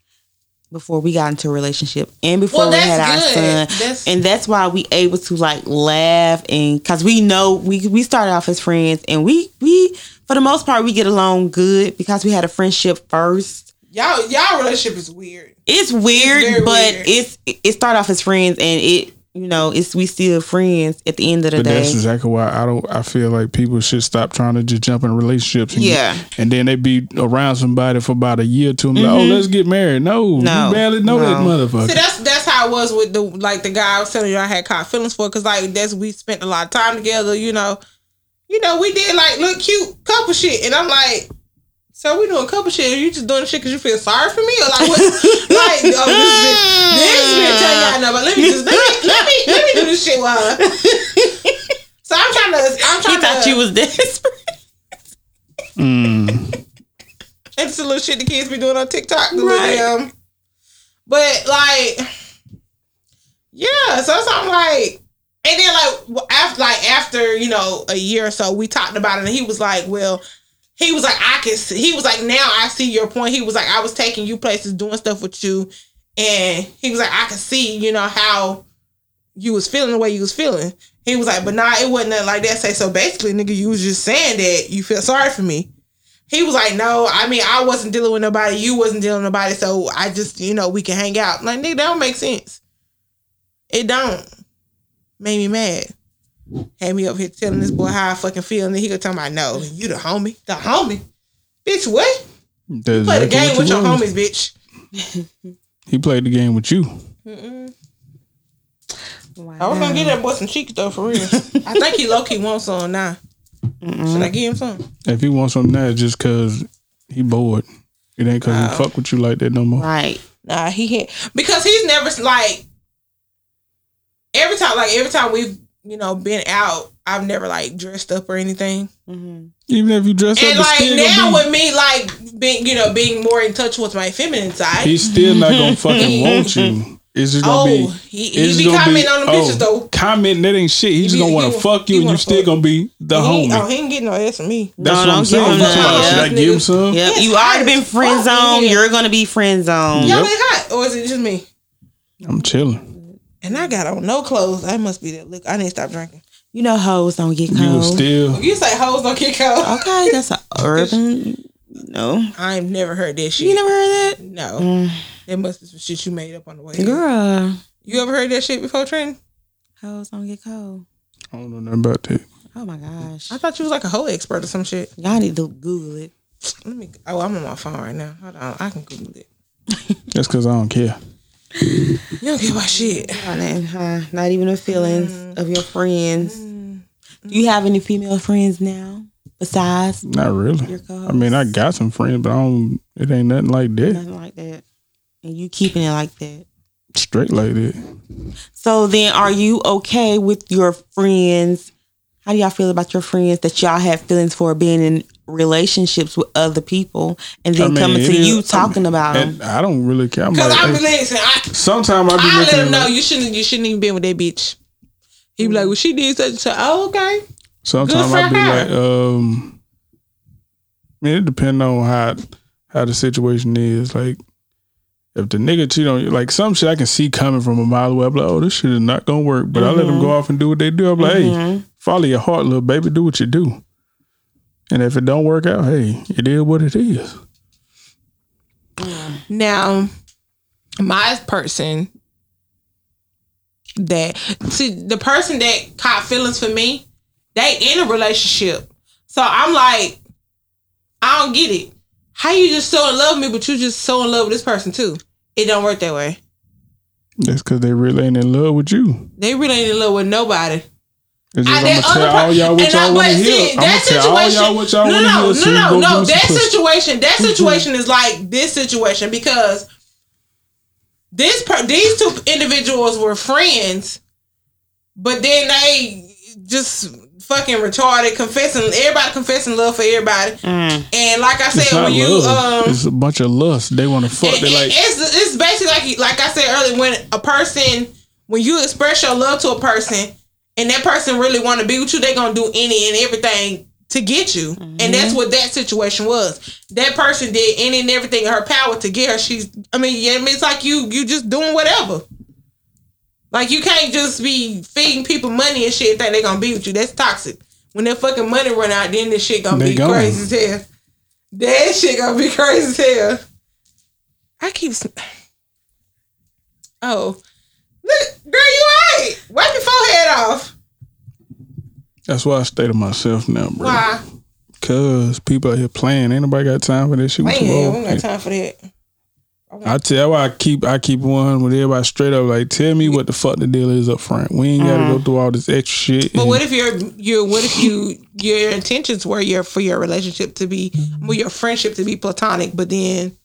[SPEAKER 4] before we got into a relationship and before
[SPEAKER 3] Well,
[SPEAKER 4] we
[SPEAKER 3] that's
[SPEAKER 4] had our
[SPEAKER 3] good.
[SPEAKER 4] son.
[SPEAKER 3] That's-
[SPEAKER 4] and that's why we able to like laugh and cuz we know we we started off as friends and we we for the most part we get along good because we had a friendship first.
[SPEAKER 3] Y'all, y'all relationship is weird.
[SPEAKER 4] It's weird,
[SPEAKER 3] very
[SPEAKER 4] but
[SPEAKER 3] weird.
[SPEAKER 4] it's it started off as friends and it you know, it's we still friends at the end of the
[SPEAKER 2] But
[SPEAKER 4] day.
[SPEAKER 2] that's exactly why I don't. I feel like people should stop trying to just jump in relationships. And
[SPEAKER 4] Yeah.
[SPEAKER 2] and then they be around somebody for about a year or 2 and be Like, oh, let's get married. No,
[SPEAKER 4] No.
[SPEAKER 2] you barely know that
[SPEAKER 4] No.
[SPEAKER 2] motherfucker.
[SPEAKER 3] Mm-hmm. See, that's that's how it was with the like the guy I was telling you I had caught feelings for because like that's we spent a lot of time together. You know, you know we did like look cute couple shit, and I'm like. So we doing couple shit. you just doing shit because you feel sorry for me, or like
[SPEAKER 4] (laughs)
[SPEAKER 3] what? like oh, this bitch, this bitch ain't got no. But let me just let me let me let me do this shit with her.
[SPEAKER 4] (laughs)
[SPEAKER 3] so I'm trying to I'm
[SPEAKER 4] (laughs) he
[SPEAKER 3] trying
[SPEAKER 4] thought
[SPEAKER 3] to
[SPEAKER 4] you was (laughs) desperate.
[SPEAKER 2] Mm.
[SPEAKER 3] It's the little shit the kids be doing on TikTok. The
[SPEAKER 4] Right.
[SPEAKER 3] little damn. But like, yeah. So it's I'm like, and then like w- after like after you know a year or so, we talked about it, and he was like, well. He was like, I can see. He was like, now I see your point. He was like, I was taking you places, doing stuff with you, and he was like, I can see, you know, how you was feeling the way you was feeling. He was like, but nah, it wasn't nothing like that. Say so basically, nigga, you was just saying that you feel sorry for me he was like, no, I mean, I wasn't dealing with nobody. You wasn't dealing with nobody. So I just, you know, we can hang out. Like, nigga, that don't make sense. It don't. Made me mad. Had me up here telling this boy how I fucking feel. And then he go tell me, no, you the homie. The homie. Bitch, what?
[SPEAKER 2] That's
[SPEAKER 3] Play the
[SPEAKER 2] exactly
[SPEAKER 3] game
[SPEAKER 2] what
[SPEAKER 3] with
[SPEAKER 2] you
[SPEAKER 3] your
[SPEAKER 2] was.
[SPEAKER 3] homies, bitch.
[SPEAKER 2] He played the game with you.
[SPEAKER 3] I was gonna get that boy some cheeks though, for real. I think he low key wants some now. Should I give him some?
[SPEAKER 2] If he wants something now, it's just cause he bored. It ain't cause
[SPEAKER 3] Oh.
[SPEAKER 2] he fuck with you like that no more.
[SPEAKER 4] Right.
[SPEAKER 3] Nah, he hit because he's never like every time like every time we've you know been out, I've never like dressed up or anything.
[SPEAKER 4] Mm-hmm.
[SPEAKER 2] Even if you dress
[SPEAKER 3] and
[SPEAKER 2] up, it's
[SPEAKER 3] like
[SPEAKER 2] still
[SPEAKER 3] now
[SPEAKER 2] gonna
[SPEAKER 3] with me like being you know being more in touch with my feminine side.
[SPEAKER 2] be, he's still not
[SPEAKER 3] (laughs)
[SPEAKER 2] gonna fucking want you. It's just gonna be. oh,
[SPEAKER 3] oh, he,
[SPEAKER 2] it's
[SPEAKER 3] he be
[SPEAKER 2] gonna
[SPEAKER 3] commenting on the pictures though.
[SPEAKER 2] Comment that ain't shit. He, just
[SPEAKER 3] be-
[SPEAKER 2] gonna want
[SPEAKER 3] he-
[SPEAKER 2] to fuck
[SPEAKER 3] he
[SPEAKER 2] you, and you
[SPEAKER 3] wanna
[SPEAKER 2] still
[SPEAKER 3] fuck.
[SPEAKER 2] gonna be the
[SPEAKER 3] He,
[SPEAKER 2] homie.
[SPEAKER 3] oh, he didn't get no ass from me.
[SPEAKER 2] That's
[SPEAKER 4] No,
[SPEAKER 2] what I'm
[SPEAKER 4] don't give
[SPEAKER 2] saying.
[SPEAKER 4] him
[SPEAKER 2] That's
[SPEAKER 4] that.
[SPEAKER 2] why, Should I
[SPEAKER 3] Yeah.
[SPEAKER 2] give him some?
[SPEAKER 4] Yep.
[SPEAKER 3] Yes,
[SPEAKER 4] you already
[SPEAKER 3] I-
[SPEAKER 4] been friend
[SPEAKER 3] fuck
[SPEAKER 4] zoned.
[SPEAKER 3] yeah.
[SPEAKER 4] You're gonna be friend zoned.
[SPEAKER 3] Y'all
[SPEAKER 2] Yep.
[SPEAKER 3] ain't hot, or is it just me?
[SPEAKER 2] I'm chilling.
[SPEAKER 3] And I got on no clothes. I must be that look. I need to stop
[SPEAKER 2] (laughs)
[SPEAKER 3] drinking.
[SPEAKER 4] You know hoes don't get
[SPEAKER 2] You was
[SPEAKER 4] cold.
[SPEAKER 2] still.
[SPEAKER 3] You say hoes don't get cold.
[SPEAKER 4] okay, that's an urban. No,
[SPEAKER 3] I've never heard that shit.
[SPEAKER 4] you never heard that,
[SPEAKER 3] no,
[SPEAKER 4] Mm.
[SPEAKER 3] that must be some shit you made up on the way.
[SPEAKER 4] girl.
[SPEAKER 3] You ever heard that shit before, Trent?
[SPEAKER 4] Hoes don't get cold.
[SPEAKER 2] I don't know nothing about that.
[SPEAKER 4] Oh my gosh,
[SPEAKER 3] I thought you was like a hoe expert or some shit.
[SPEAKER 4] y'all need to Google it.
[SPEAKER 3] Let me. Oh, I'm on my phone right now. Hold on, I can Google it.
[SPEAKER 2] That's cause I don't care.
[SPEAKER 3] You don't give a (laughs) shit.
[SPEAKER 4] Huh, Not even the feelings of your friends. Mm. Do you have any female friends now besides
[SPEAKER 2] Not really.
[SPEAKER 4] your co
[SPEAKER 2] I mean, I got some friends, but I don't. It ain't nothing like that.
[SPEAKER 4] nothing like that, and you keeping it like that?
[SPEAKER 2] Straight like that.
[SPEAKER 4] So then, are you okay with your friends? How do y'all feel about your friends that y'all have feelings for being in relationships with other people and then
[SPEAKER 2] I mean,
[SPEAKER 4] coming
[SPEAKER 2] it
[SPEAKER 4] to
[SPEAKER 2] is-
[SPEAKER 4] you talking about them?
[SPEAKER 2] And I don't really care. I'm
[SPEAKER 3] Cause
[SPEAKER 2] like,
[SPEAKER 3] I'm
[SPEAKER 2] hey,
[SPEAKER 3] listen. I
[SPEAKER 2] sometimes I be looking.
[SPEAKER 3] I let
[SPEAKER 2] at
[SPEAKER 3] him know
[SPEAKER 2] it-
[SPEAKER 3] you shouldn't. You shouldn't even been with that bitch. He be like, well, she did such and such. Oh, okay.
[SPEAKER 2] Sometimes
[SPEAKER 3] Good
[SPEAKER 2] I
[SPEAKER 3] for
[SPEAKER 2] be
[SPEAKER 3] her.
[SPEAKER 2] like,
[SPEAKER 3] (laughs)
[SPEAKER 2] um, I mean, it depends on how how the situation is. Like, if the nigga cheat on you, like some shit I can see coming from a mile away. I'm like, oh, this shit is not gonna work. But I let
[SPEAKER 3] Mm-hmm.
[SPEAKER 2] them go off and do what they do. I'm like, hey, follow your heart, little baby. Do what you do. And if it don't work out, hey, it is what it is.
[SPEAKER 3] Now, my person that see the person that caught feelings for me, they in a relationship. So I'm like, I don't get it. How you just so in love with me, but you just so in love with this person too? It don't work that way.
[SPEAKER 2] That's because they really ain't in love with you.
[SPEAKER 3] They really ain't in love with nobody.
[SPEAKER 2] It's
[SPEAKER 3] I-
[SPEAKER 2] just, I, am
[SPEAKER 3] that
[SPEAKER 2] gonna
[SPEAKER 3] other
[SPEAKER 2] tell
[SPEAKER 3] per-
[SPEAKER 2] all y'all what
[SPEAKER 3] and I-
[SPEAKER 2] y'all want to
[SPEAKER 3] but see,
[SPEAKER 2] hear. I'm gonna
[SPEAKER 3] that
[SPEAKER 2] tell all
[SPEAKER 3] situation-
[SPEAKER 2] y'all what y'all
[SPEAKER 3] no,
[SPEAKER 2] want to
[SPEAKER 3] no,
[SPEAKER 2] hear. so
[SPEAKER 3] No,
[SPEAKER 2] you
[SPEAKER 3] no,
[SPEAKER 2] go
[SPEAKER 3] no.
[SPEAKER 2] give us
[SPEAKER 3] That
[SPEAKER 2] some pussy. Mm-hmm.
[SPEAKER 3] situation, that situation is like this situation because this per- these two individuals were friends, but then they just fucking retarded, confessing everybody confessing love for everybody. And like I
[SPEAKER 2] It's
[SPEAKER 3] said,
[SPEAKER 2] not
[SPEAKER 3] when you
[SPEAKER 2] love.
[SPEAKER 3] um
[SPEAKER 2] it's a bunch of lust. They want to fuck.
[SPEAKER 3] it-
[SPEAKER 2] They
[SPEAKER 3] it-
[SPEAKER 2] like
[SPEAKER 3] it's it's basically like you- like I said earlier when a person when you express your love to a person and that person really want to be with you they gonna do any and everything to get you and that's what that situation was that person did any and everything in her power to get her she's I mean yeah, I mean, it's like you you just doing whatever like you can't just be feeding people money and shit and think they gonna be with you that's toxic when their fucking money run out then this shit gonna
[SPEAKER 2] They
[SPEAKER 3] be
[SPEAKER 2] gone.
[SPEAKER 3] crazy as hell that shit gonna be (laughs) crazy as hell. I keep. sn- Oh, Look, girl, you alright? Wipe your forehead off.
[SPEAKER 2] That's why I stay to myself now, bro.
[SPEAKER 3] Why?
[SPEAKER 2] Cause people out here playing. Ain't nobody got time for that shit. We
[SPEAKER 3] Man,
[SPEAKER 2] too old.
[SPEAKER 3] we don't got time for that.
[SPEAKER 2] I tell you why I keep I keep one with everybody straight up. Like, tell me what the fuck the deal is up front. We ain't gotta go through all this extra shit.
[SPEAKER 3] Mm. But
[SPEAKER 2] and-
[SPEAKER 3] what if your your what if you your intentions were your for your relationship to be
[SPEAKER 2] Mm-hmm.
[SPEAKER 3] well your friendship to be platonic, but then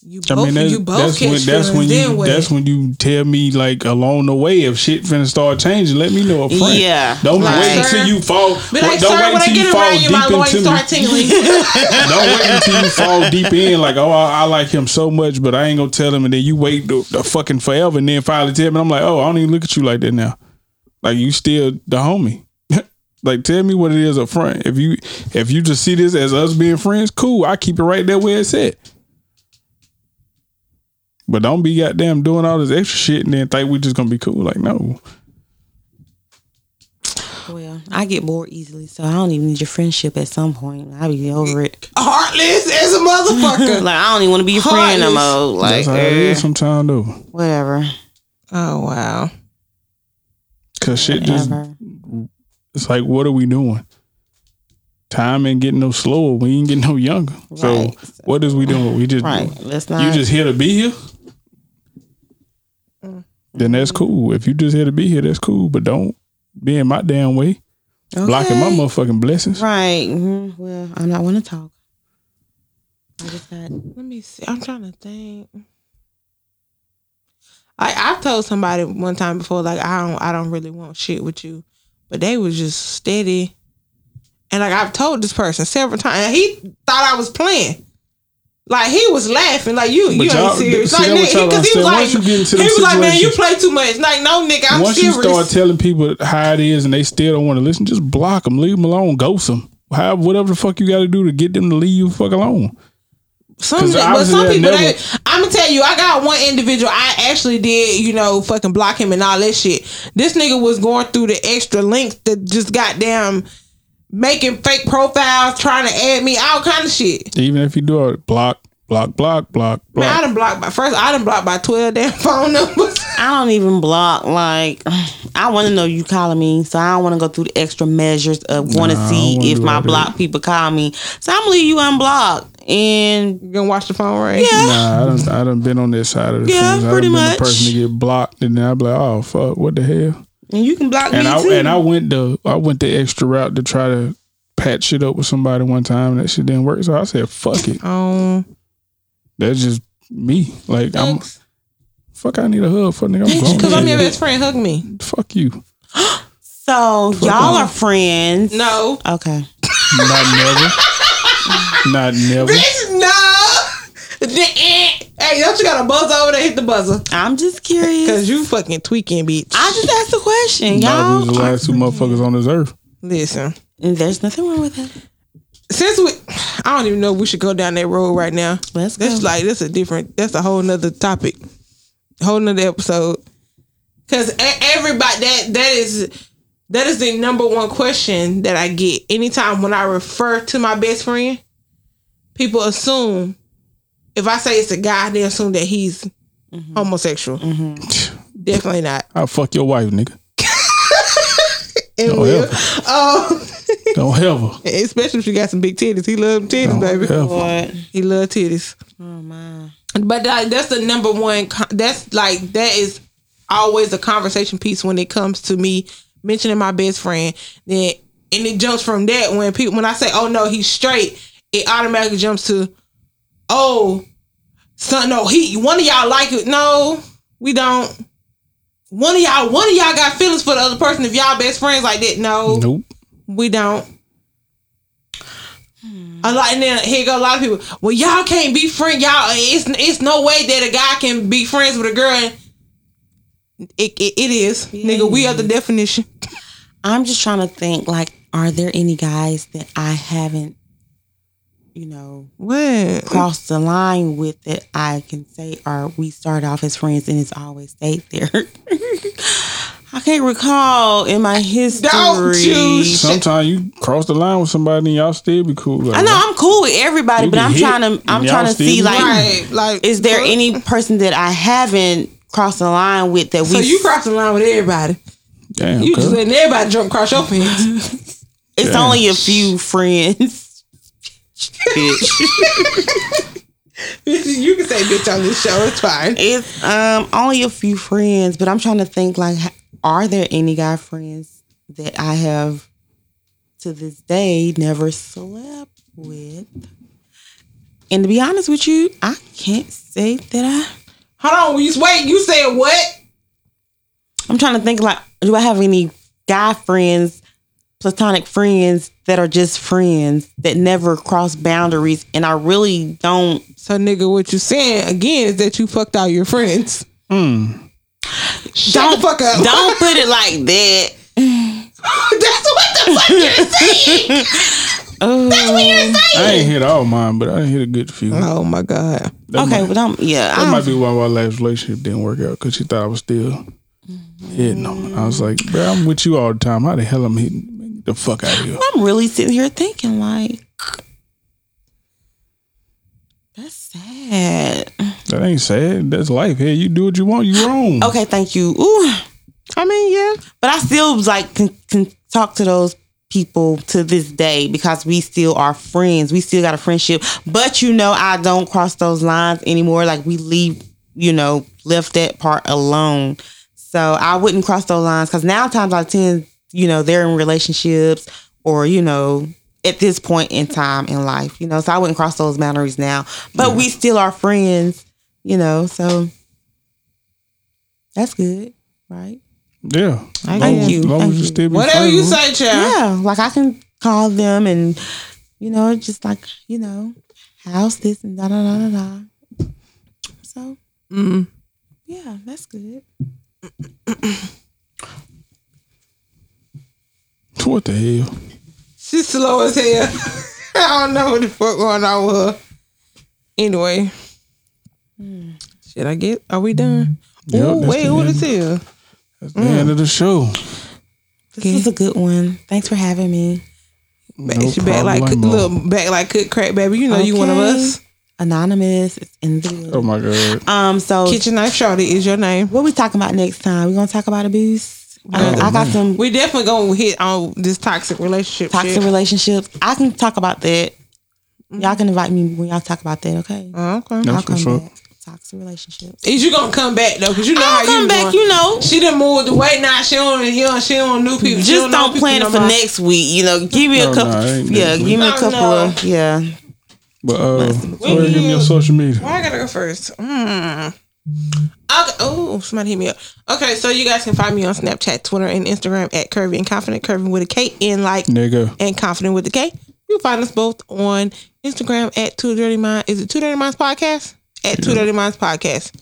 [SPEAKER 3] you
[SPEAKER 2] I
[SPEAKER 3] both
[SPEAKER 2] mean, that's,
[SPEAKER 3] you both
[SPEAKER 2] that's
[SPEAKER 3] catch
[SPEAKER 2] when that's
[SPEAKER 3] feelings
[SPEAKER 2] when
[SPEAKER 3] then
[SPEAKER 2] you
[SPEAKER 3] what?
[SPEAKER 2] that's when you tell me like along the way if shit finna start changing. Let me know up front.
[SPEAKER 4] Yeah,
[SPEAKER 2] Don't
[SPEAKER 4] like-
[SPEAKER 2] wait
[SPEAKER 3] Sir.
[SPEAKER 2] until you fall.
[SPEAKER 3] Be like,
[SPEAKER 2] don't
[SPEAKER 3] sir,
[SPEAKER 2] wait
[SPEAKER 3] when I
[SPEAKER 2] until you
[SPEAKER 3] get
[SPEAKER 2] fall
[SPEAKER 3] around you, my
[SPEAKER 2] deep
[SPEAKER 3] loins
[SPEAKER 2] into me. (laughs)
[SPEAKER 3] start tingling. (laughs)
[SPEAKER 2] Don't wait until you fall deep in. Like, oh, I, I like him so much, but I ain't gonna tell him. And then you wait the, the fucking forever, and then finally tell him. And I'm like, oh, I don't even look at you like that now. Like you still the homie. (laughs) like, tell me what it is up front. If you if you just see this as us being friends, cool. I keep it right there where it's at. But don't be goddamn doing all this extra shit and then think we just gonna be cool. Like, no.
[SPEAKER 4] Well, I get bored easily, so I don't even need your friendship. At some point, I'll be over (laughs) it.
[SPEAKER 3] Heartless as a motherfucker.
[SPEAKER 4] (laughs) Like I don't even want to be your friend no more. Like
[SPEAKER 2] That's how it
[SPEAKER 4] eh,
[SPEAKER 2] is sometimes though.
[SPEAKER 4] whatever,
[SPEAKER 3] oh wow.
[SPEAKER 2] Cause shit just
[SPEAKER 4] whatever.
[SPEAKER 2] it's like what are we doing time ain't getting no slower we ain't getting no younger so
[SPEAKER 4] Right.
[SPEAKER 2] what is we doing we just
[SPEAKER 4] Right? Let's not.
[SPEAKER 2] you just here to be here
[SPEAKER 4] Mm.
[SPEAKER 2] then that's cool if you just here to be here that's cool but don't be in my damn way blocking my
[SPEAKER 4] Okay.
[SPEAKER 2] motherfucking blessings
[SPEAKER 4] Right. mhm. Well, I'm not want to talk. I just got.
[SPEAKER 3] Let me see. I'm trying to think. I I've told somebody one time before, like I don't I don't really want shit with you, but they was just steady, and like I've told this person several times, and he thought I was playing. Like he was laughing, like you, you
[SPEAKER 2] y'all-
[SPEAKER 3] ain't serious.
[SPEAKER 2] see,
[SPEAKER 3] Like
[SPEAKER 2] that what y'all
[SPEAKER 3] nigga, because he
[SPEAKER 2] understand.
[SPEAKER 3] was like,
[SPEAKER 2] Once you get into
[SPEAKER 3] he
[SPEAKER 2] them
[SPEAKER 3] was like, man, you
[SPEAKER 2] situations-
[SPEAKER 3] play too much. Like no, nigga, I'm
[SPEAKER 2] once
[SPEAKER 3] serious.
[SPEAKER 2] you start telling people how it is and they still don't want to listen just block them leave them alone ghost them have whatever the fuck you got to do to get them to leave you the fuck alone
[SPEAKER 3] Some,
[SPEAKER 2] 'Cause
[SPEAKER 3] but
[SPEAKER 2] obviously
[SPEAKER 3] some
[SPEAKER 2] they'll
[SPEAKER 3] people,
[SPEAKER 2] never-
[SPEAKER 3] they, I'm gonna tell you, I got one individual. I actually did, you know, fucking block him and all that shit. This nigga was going through the extra links that just goddamn making fake profiles, trying to add me, all kind of shit.
[SPEAKER 2] even if you do it block block block block block
[SPEAKER 3] Man, I done blocked my first. I done blocked my twelve damn (laughs) phone numbers.
[SPEAKER 4] I don't even block. Like, (sighs) I want to know you calling me, so I don't want to go through the extra measures of want to
[SPEAKER 2] Nah, I don't wanna
[SPEAKER 4] see if
[SPEAKER 2] do
[SPEAKER 4] my
[SPEAKER 2] all that.
[SPEAKER 4] block people call me. So I'm gonna leave you unblocked, and
[SPEAKER 3] You gonna watch the phone ring?
[SPEAKER 4] Yeah.
[SPEAKER 2] Nah, I done, I done been on this side of the
[SPEAKER 4] Yeah,
[SPEAKER 2] fence.
[SPEAKER 4] pretty
[SPEAKER 2] I done been
[SPEAKER 4] much.
[SPEAKER 2] the person to get blocked, and then I be like, "Oh fuck, what the hell?"
[SPEAKER 4] and you can block
[SPEAKER 2] And
[SPEAKER 4] me
[SPEAKER 2] I
[SPEAKER 4] too.
[SPEAKER 2] and I went the I went the extra route to try to patch shit up with somebody one time, and that shit didn't work. So I said, "Fuck it."
[SPEAKER 3] Um,
[SPEAKER 2] That's just me. Like I'm
[SPEAKER 3] because
[SPEAKER 2] fuck. I need a hug for nigga. I'm grown.
[SPEAKER 3] I'm your
[SPEAKER 2] Yeah.
[SPEAKER 3] best friend. Hug me.
[SPEAKER 2] Fuck you.
[SPEAKER 4] so y'all are friends.
[SPEAKER 3] No,
[SPEAKER 4] Okay.
[SPEAKER 2] Not never. Not never.
[SPEAKER 3] bitch, no. (laughs) hey, don't you got a buzzer over there? Hit the buzzer.
[SPEAKER 4] I'm just
[SPEAKER 3] (laughs) Cause
[SPEAKER 4] curious.
[SPEAKER 3] you fucking tweaking, bitch.
[SPEAKER 4] I just asked a question,
[SPEAKER 2] Nah, we was the
[SPEAKER 4] y'all.
[SPEAKER 2] last two motherfuckers on this earth.
[SPEAKER 3] Listen,
[SPEAKER 4] And there's nothing wrong with that.
[SPEAKER 3] since we, I don't even know if we should go down that road right now.
[SPEAKER 4] Let's go.
[SPEAKER 3] That's like that's a different. That's a whole nother topic, whole nother episode. Because everybody that that is that is the number one question that I get anytime when I refer to my best friend. People assume if I say it's a guy, they assume that he's
[SPEAKER 4] Mm-hmm.
[SPEAKER 3] homosexual. Definitely not.
[SPEAKER 2] I'll fuck your wife, nigga.
[SPEAKER 3] And
[SPEAKER 2] Don't
[SPEAKER 3] we'll-
[SPEAKER 2] ever.
[SPEAKER 3] (laughs)
[SPEAKER 2] Don't ever.
[SPEAKER 3] um, especially if she got some big titties. He love titties,
[SPEAKER 2] Don't
[SPEAKER 3] baby.
[SPEAKER 2] ever.
[SPEAKER 4] What?
[SPEAKER 3] He love titties.
[SPEAKER 4] Oh my.
[SPEAKER 3] But like, that's the number one. con- That's like that is always a conversation piece when it comes to me mentioning my best friend. Then and it jumps from that when people when I say, "Oh no, he's straight," it automatically jumps to, "Oh, son, no, he one of y'all like it." No, we don't. One of y'all, one of y'all got feelings for the other person. If y'all best friends like that, no,
[SPEAKER 2] Nope.
[SPEAKER 3] we don't. A lot, and then here go a lot of people. Well, y'all can't be friends. Y'all, it's it's no way that a guy can be friends with a girl. And it, it it is, nigga. We are the definition.
[SPEAKER 4] I'm just trying to think like, are there any guys that I haven't, you know,
[SPEAKER 3] What?
[SPEAKER 4] crossed the line with that I can say are we started off as friends and it's always stayed there? (laughs) I can't recall in my history.
[SPEAKER 3] Don't you sh-
[SPEAKER 2] Sometimes you cross the line with somebody and y'all still be cool. Like,
[SPEAKER 4] I know I'm cool with everybody,
[SPEAKER 2] You
[SPEAKER 4] but
[SPEAKER 2] get
[SPEAKER 4] I'm
[SPEAKER 2] hit
[SPEAKER 4] trying to I'm
[SPEAKER 2] and y'all
[SPEAKER 4] trying to
[SPEAKER 2] still
[SPEAKER 4] see
[SPEAKER 2] be
[SPEAKER 4] like
[SPEAKER 3] Right? Like,
[SPEAKER 4] is there any person that I haven't crossing the line with that
[SPEAKER 3] So
[SPEAKER 4] we
[SPEAKER 3] you cross the line with everybody.
[SPEAKER 2] Damn,
[SPEAKER 3] You just
[SPEAKER 2] cuz.
[SPEAKER 3] letting everybody jump across your fence.
[SPEAKER 4] it's
[SPEAKER 2] Yeah.
[SPEAKER 4] only a few friends. Bitch.
[SPEAKER 3] you can say bitch on this show. It's fine.
[SPEAKER 4] It's um only a few friends, but I'm trying to think like h- are there any guy friends that I have to this day never slept with? And to be honest with you, I can't say that I
[SPEAKER 3] Hold on. You wait. You said what?
[SPEAKER 4] I'm trying to think like, do I have any guy friends, platonic friends that are just friends that never cross boundaries? And I really don't.
[SPEAKER 3] So nigga, what you saying again is that you fucked all your friends. Shut
[SPEAKER 4] don't
[SPEAKER 3] the fuck up.
[SPEAKER 4] Don't put it like that.
[SPEAKER 3] (laughs) That's what the fuck you're saying.
[SPEAKER 4] Oh.
[SPEAKER 3] That's what you're
[SPEAKER 2] I
[SPEAKER 3] saying.
[SPEAKER 2] ain't hit all mine, but I hit a good few.
[SPEAKER 3] Oh my god.
[SPEAKER 2] That
[SPEAKER 4] okay,
[SPEAKER 2] might,
[SPEAKER 4] but I'm yeah.
[SPEAKER 2] that
[SPEAKER 4] I
[SPEAKER 2] might
[SPEAKER 4] don't,
[SPEAKER 2] be why my last relationship didn't work out because she thought I was still hitting on. I was like, bro, I'm with you all the time. How the hell I'm hitting the fuck out of here?
[SPEAKER 4] I'm really sitting here thinking like, that's sad.
[SPEAKER 2] That ain't sad. That's life. Hey, you do what you want. You wrong.
[SPEAKER 4] Okay, thank you. Ooh,
[SPEAKER 3] I mean, yeah.
[SPEAKER 4] but I still like can, can talk to those people to this day because we still are friends. We still got a friendship, but you know I don't cross those lines anymore. Like we leave, you know, left that part alone. So I wouldn't cross those lines because now times I tend, you know, they're in relationships or you know at this point in time in life, you know. So I wouldn't cross those boundaries now, but we still are friends, you know. So that's good, right?
[SPEAKER 2] Yeah.
[SPEAKER 4] Thank
[SPEAKER 2] Long as-
[SPEAKER 4] you.
[SPEAKER 2] Long
[SPEAKER 4] Thank
[SPEAKER 2] as you
[SPEAKER 4] you.
[SPEAKER 2] still be
[SPEAKER 3] Whatever
[SPEAKER 2] friends
[SPEAKER 3] you
[SPEAKER 2] with
[SPEAKER 3] say, child.
[SPEAKER 4] yeah like i can call them and you know just like you know how's this and da da da da da so yeah that's good
[SPEAKER 2] her. What the hell?
[SPEAKER 3] She's slow as hell. (laughs) I don't know what the fuck going on with her. Anyway. Should I get are we done?
[SPEAKER 4] Mm-hmm.
[SPEAKER 2] Yep,
[SPEAKER 3] oh,
[SPEAKER 2] that's
[SPEAKER 3] wait,
[SPEAKER 2] the
[SPEAKER 3] who
[SPEAKER 2] end.
[SPEAKER 3] this is?
[SPEAKER 2] That's the
[SPEAKER 3] Mm.
[SPEAKER 2] end of the show.
[SPEAKER 4] this was a good one thanks for having me
[SPEAKER 2] No
[SPEAKER 3] she back like
[SPEAKER 2] problemo.
[SPEAKER 3] look back like cook crack, baby. You know you one of
[SPEAKER 4] Okay.
[SPEAKER 3] us.
[SPEAKER 4] anonymous it's in the
[SPEAKER 2] Oh my god.
[SPEAKER 4] um so
[SPEAKER 3] Kitchen knife shorty is your name.
[SPEAKER 4] what we talking about next time we gonna talk about abuse um, i got
[SPEAKER 3] Oh,
[SPEAKER 4] some
[SPEAKER 3] We definitely gonna hit on this toxic relationship.
[SPEAKER 4] toxic
[SPEAKER 3] shit. Mm-hmm.
[SPEAKER 4] relationships i can talk about that y'all can invite me when y'all talk about that okay
[SPEAKER 3] Oh, okay.
[SPEAKER 4] i'll
[SPEAKER 2] That's
[SPEAKER 4] come
[SPEAKER 2] what's up.
[SPEAKER 4] back toxic relationships
[SPEAKER 3] Is you gonna come back though? Cause you know how
[SPEAKER 4] i'll
[SPEAKER 3] you
[SPEAKER 4] come back
[SPEAKER 3] doing.
[SPEAKER 4] you know
[SPEAKER 3] She done moved away now. She don't you know, she don't new people. she know
[SPEAKER 4] just don't
[SPEAKER 3] people
[SPEAKER 4] plan
[SPEAKER 3] no
[SPEAKER 4] it for
[SPEAKER 3] more.
[SPEAKER 4] next week. You know, give me
[SPEAKER 2] No, no,
[SPEAKER 4] a couple.
[SPEAKER 2] it ain't
[SPEAKER 4] yeah,
[SPEAKER 2] next
[SPEAKER 4] give
[SPEAKER 2] week.
[SPEAKER 4] me a
[SPEAKER 3] No,
[SPEAKER 4] couple.
[SPEAKER 3] Oh, no.
[SPEAKER 4] Of, yeah,
[SPEAKER 2] But uh, go ahead and give me
[SPEAKER 3] you-
[SPEAKER 2] your social media.
[SPEAKER 3] Why Oh, I gotta go first? Mm. Okay. Oh, somebody hit me up. Okay, so you guys can find me on Snapchat, Twitter, and Instagram at Curvy and Confident, Curvy with a K, and like
[SPEAKER 2] Nigga.
[SPEAKER 3] and Confident with a K. You can find us both on Instagram at Two Dirty Mind. Is it Two Dirty Minds Podcast? At Two Dirty Minds Podcast.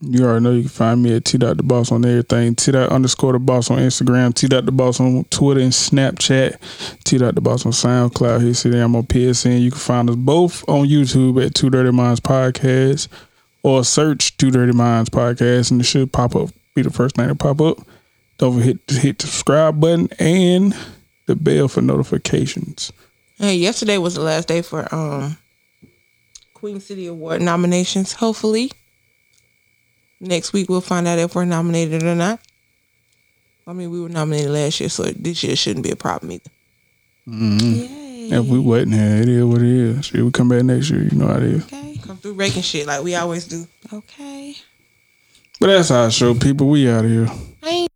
[SPEAKER 2] You already know you can find me at T dot the boss on everything. T dot underscore the boss on Instagram. T dot the boss on Twitter and Snapchat. T dot the boss on SoundCloud. Here, see I'm on PSN. You can find us both on YouTube at Two Dirty Minds Podcast or search Two Dirty Minds Podcast and it should pop up. Be the first thing to pop up. Don't forget to hit the subscribe button and the bell for notifications.
[SPEAKER 3] And yesterday was the last day for um Queen City Award nominations. Hopefully, next week we'll find out if we're nominated or not. I mean, we were nominated last year, so this year shouldn't be a problem either.
[SPEAKER 2] If we waiting here, it is what it is. Shit, we come back next year, you know how it is.
[SPEAKER 4] Okay.
[SPEAKER 3] Come through breaking shit like we always do.
[SPEAKER 4] Okay.
[SPEAKER 2] But that's our show, people. We out of here.
[SPEAKER 3] I ain't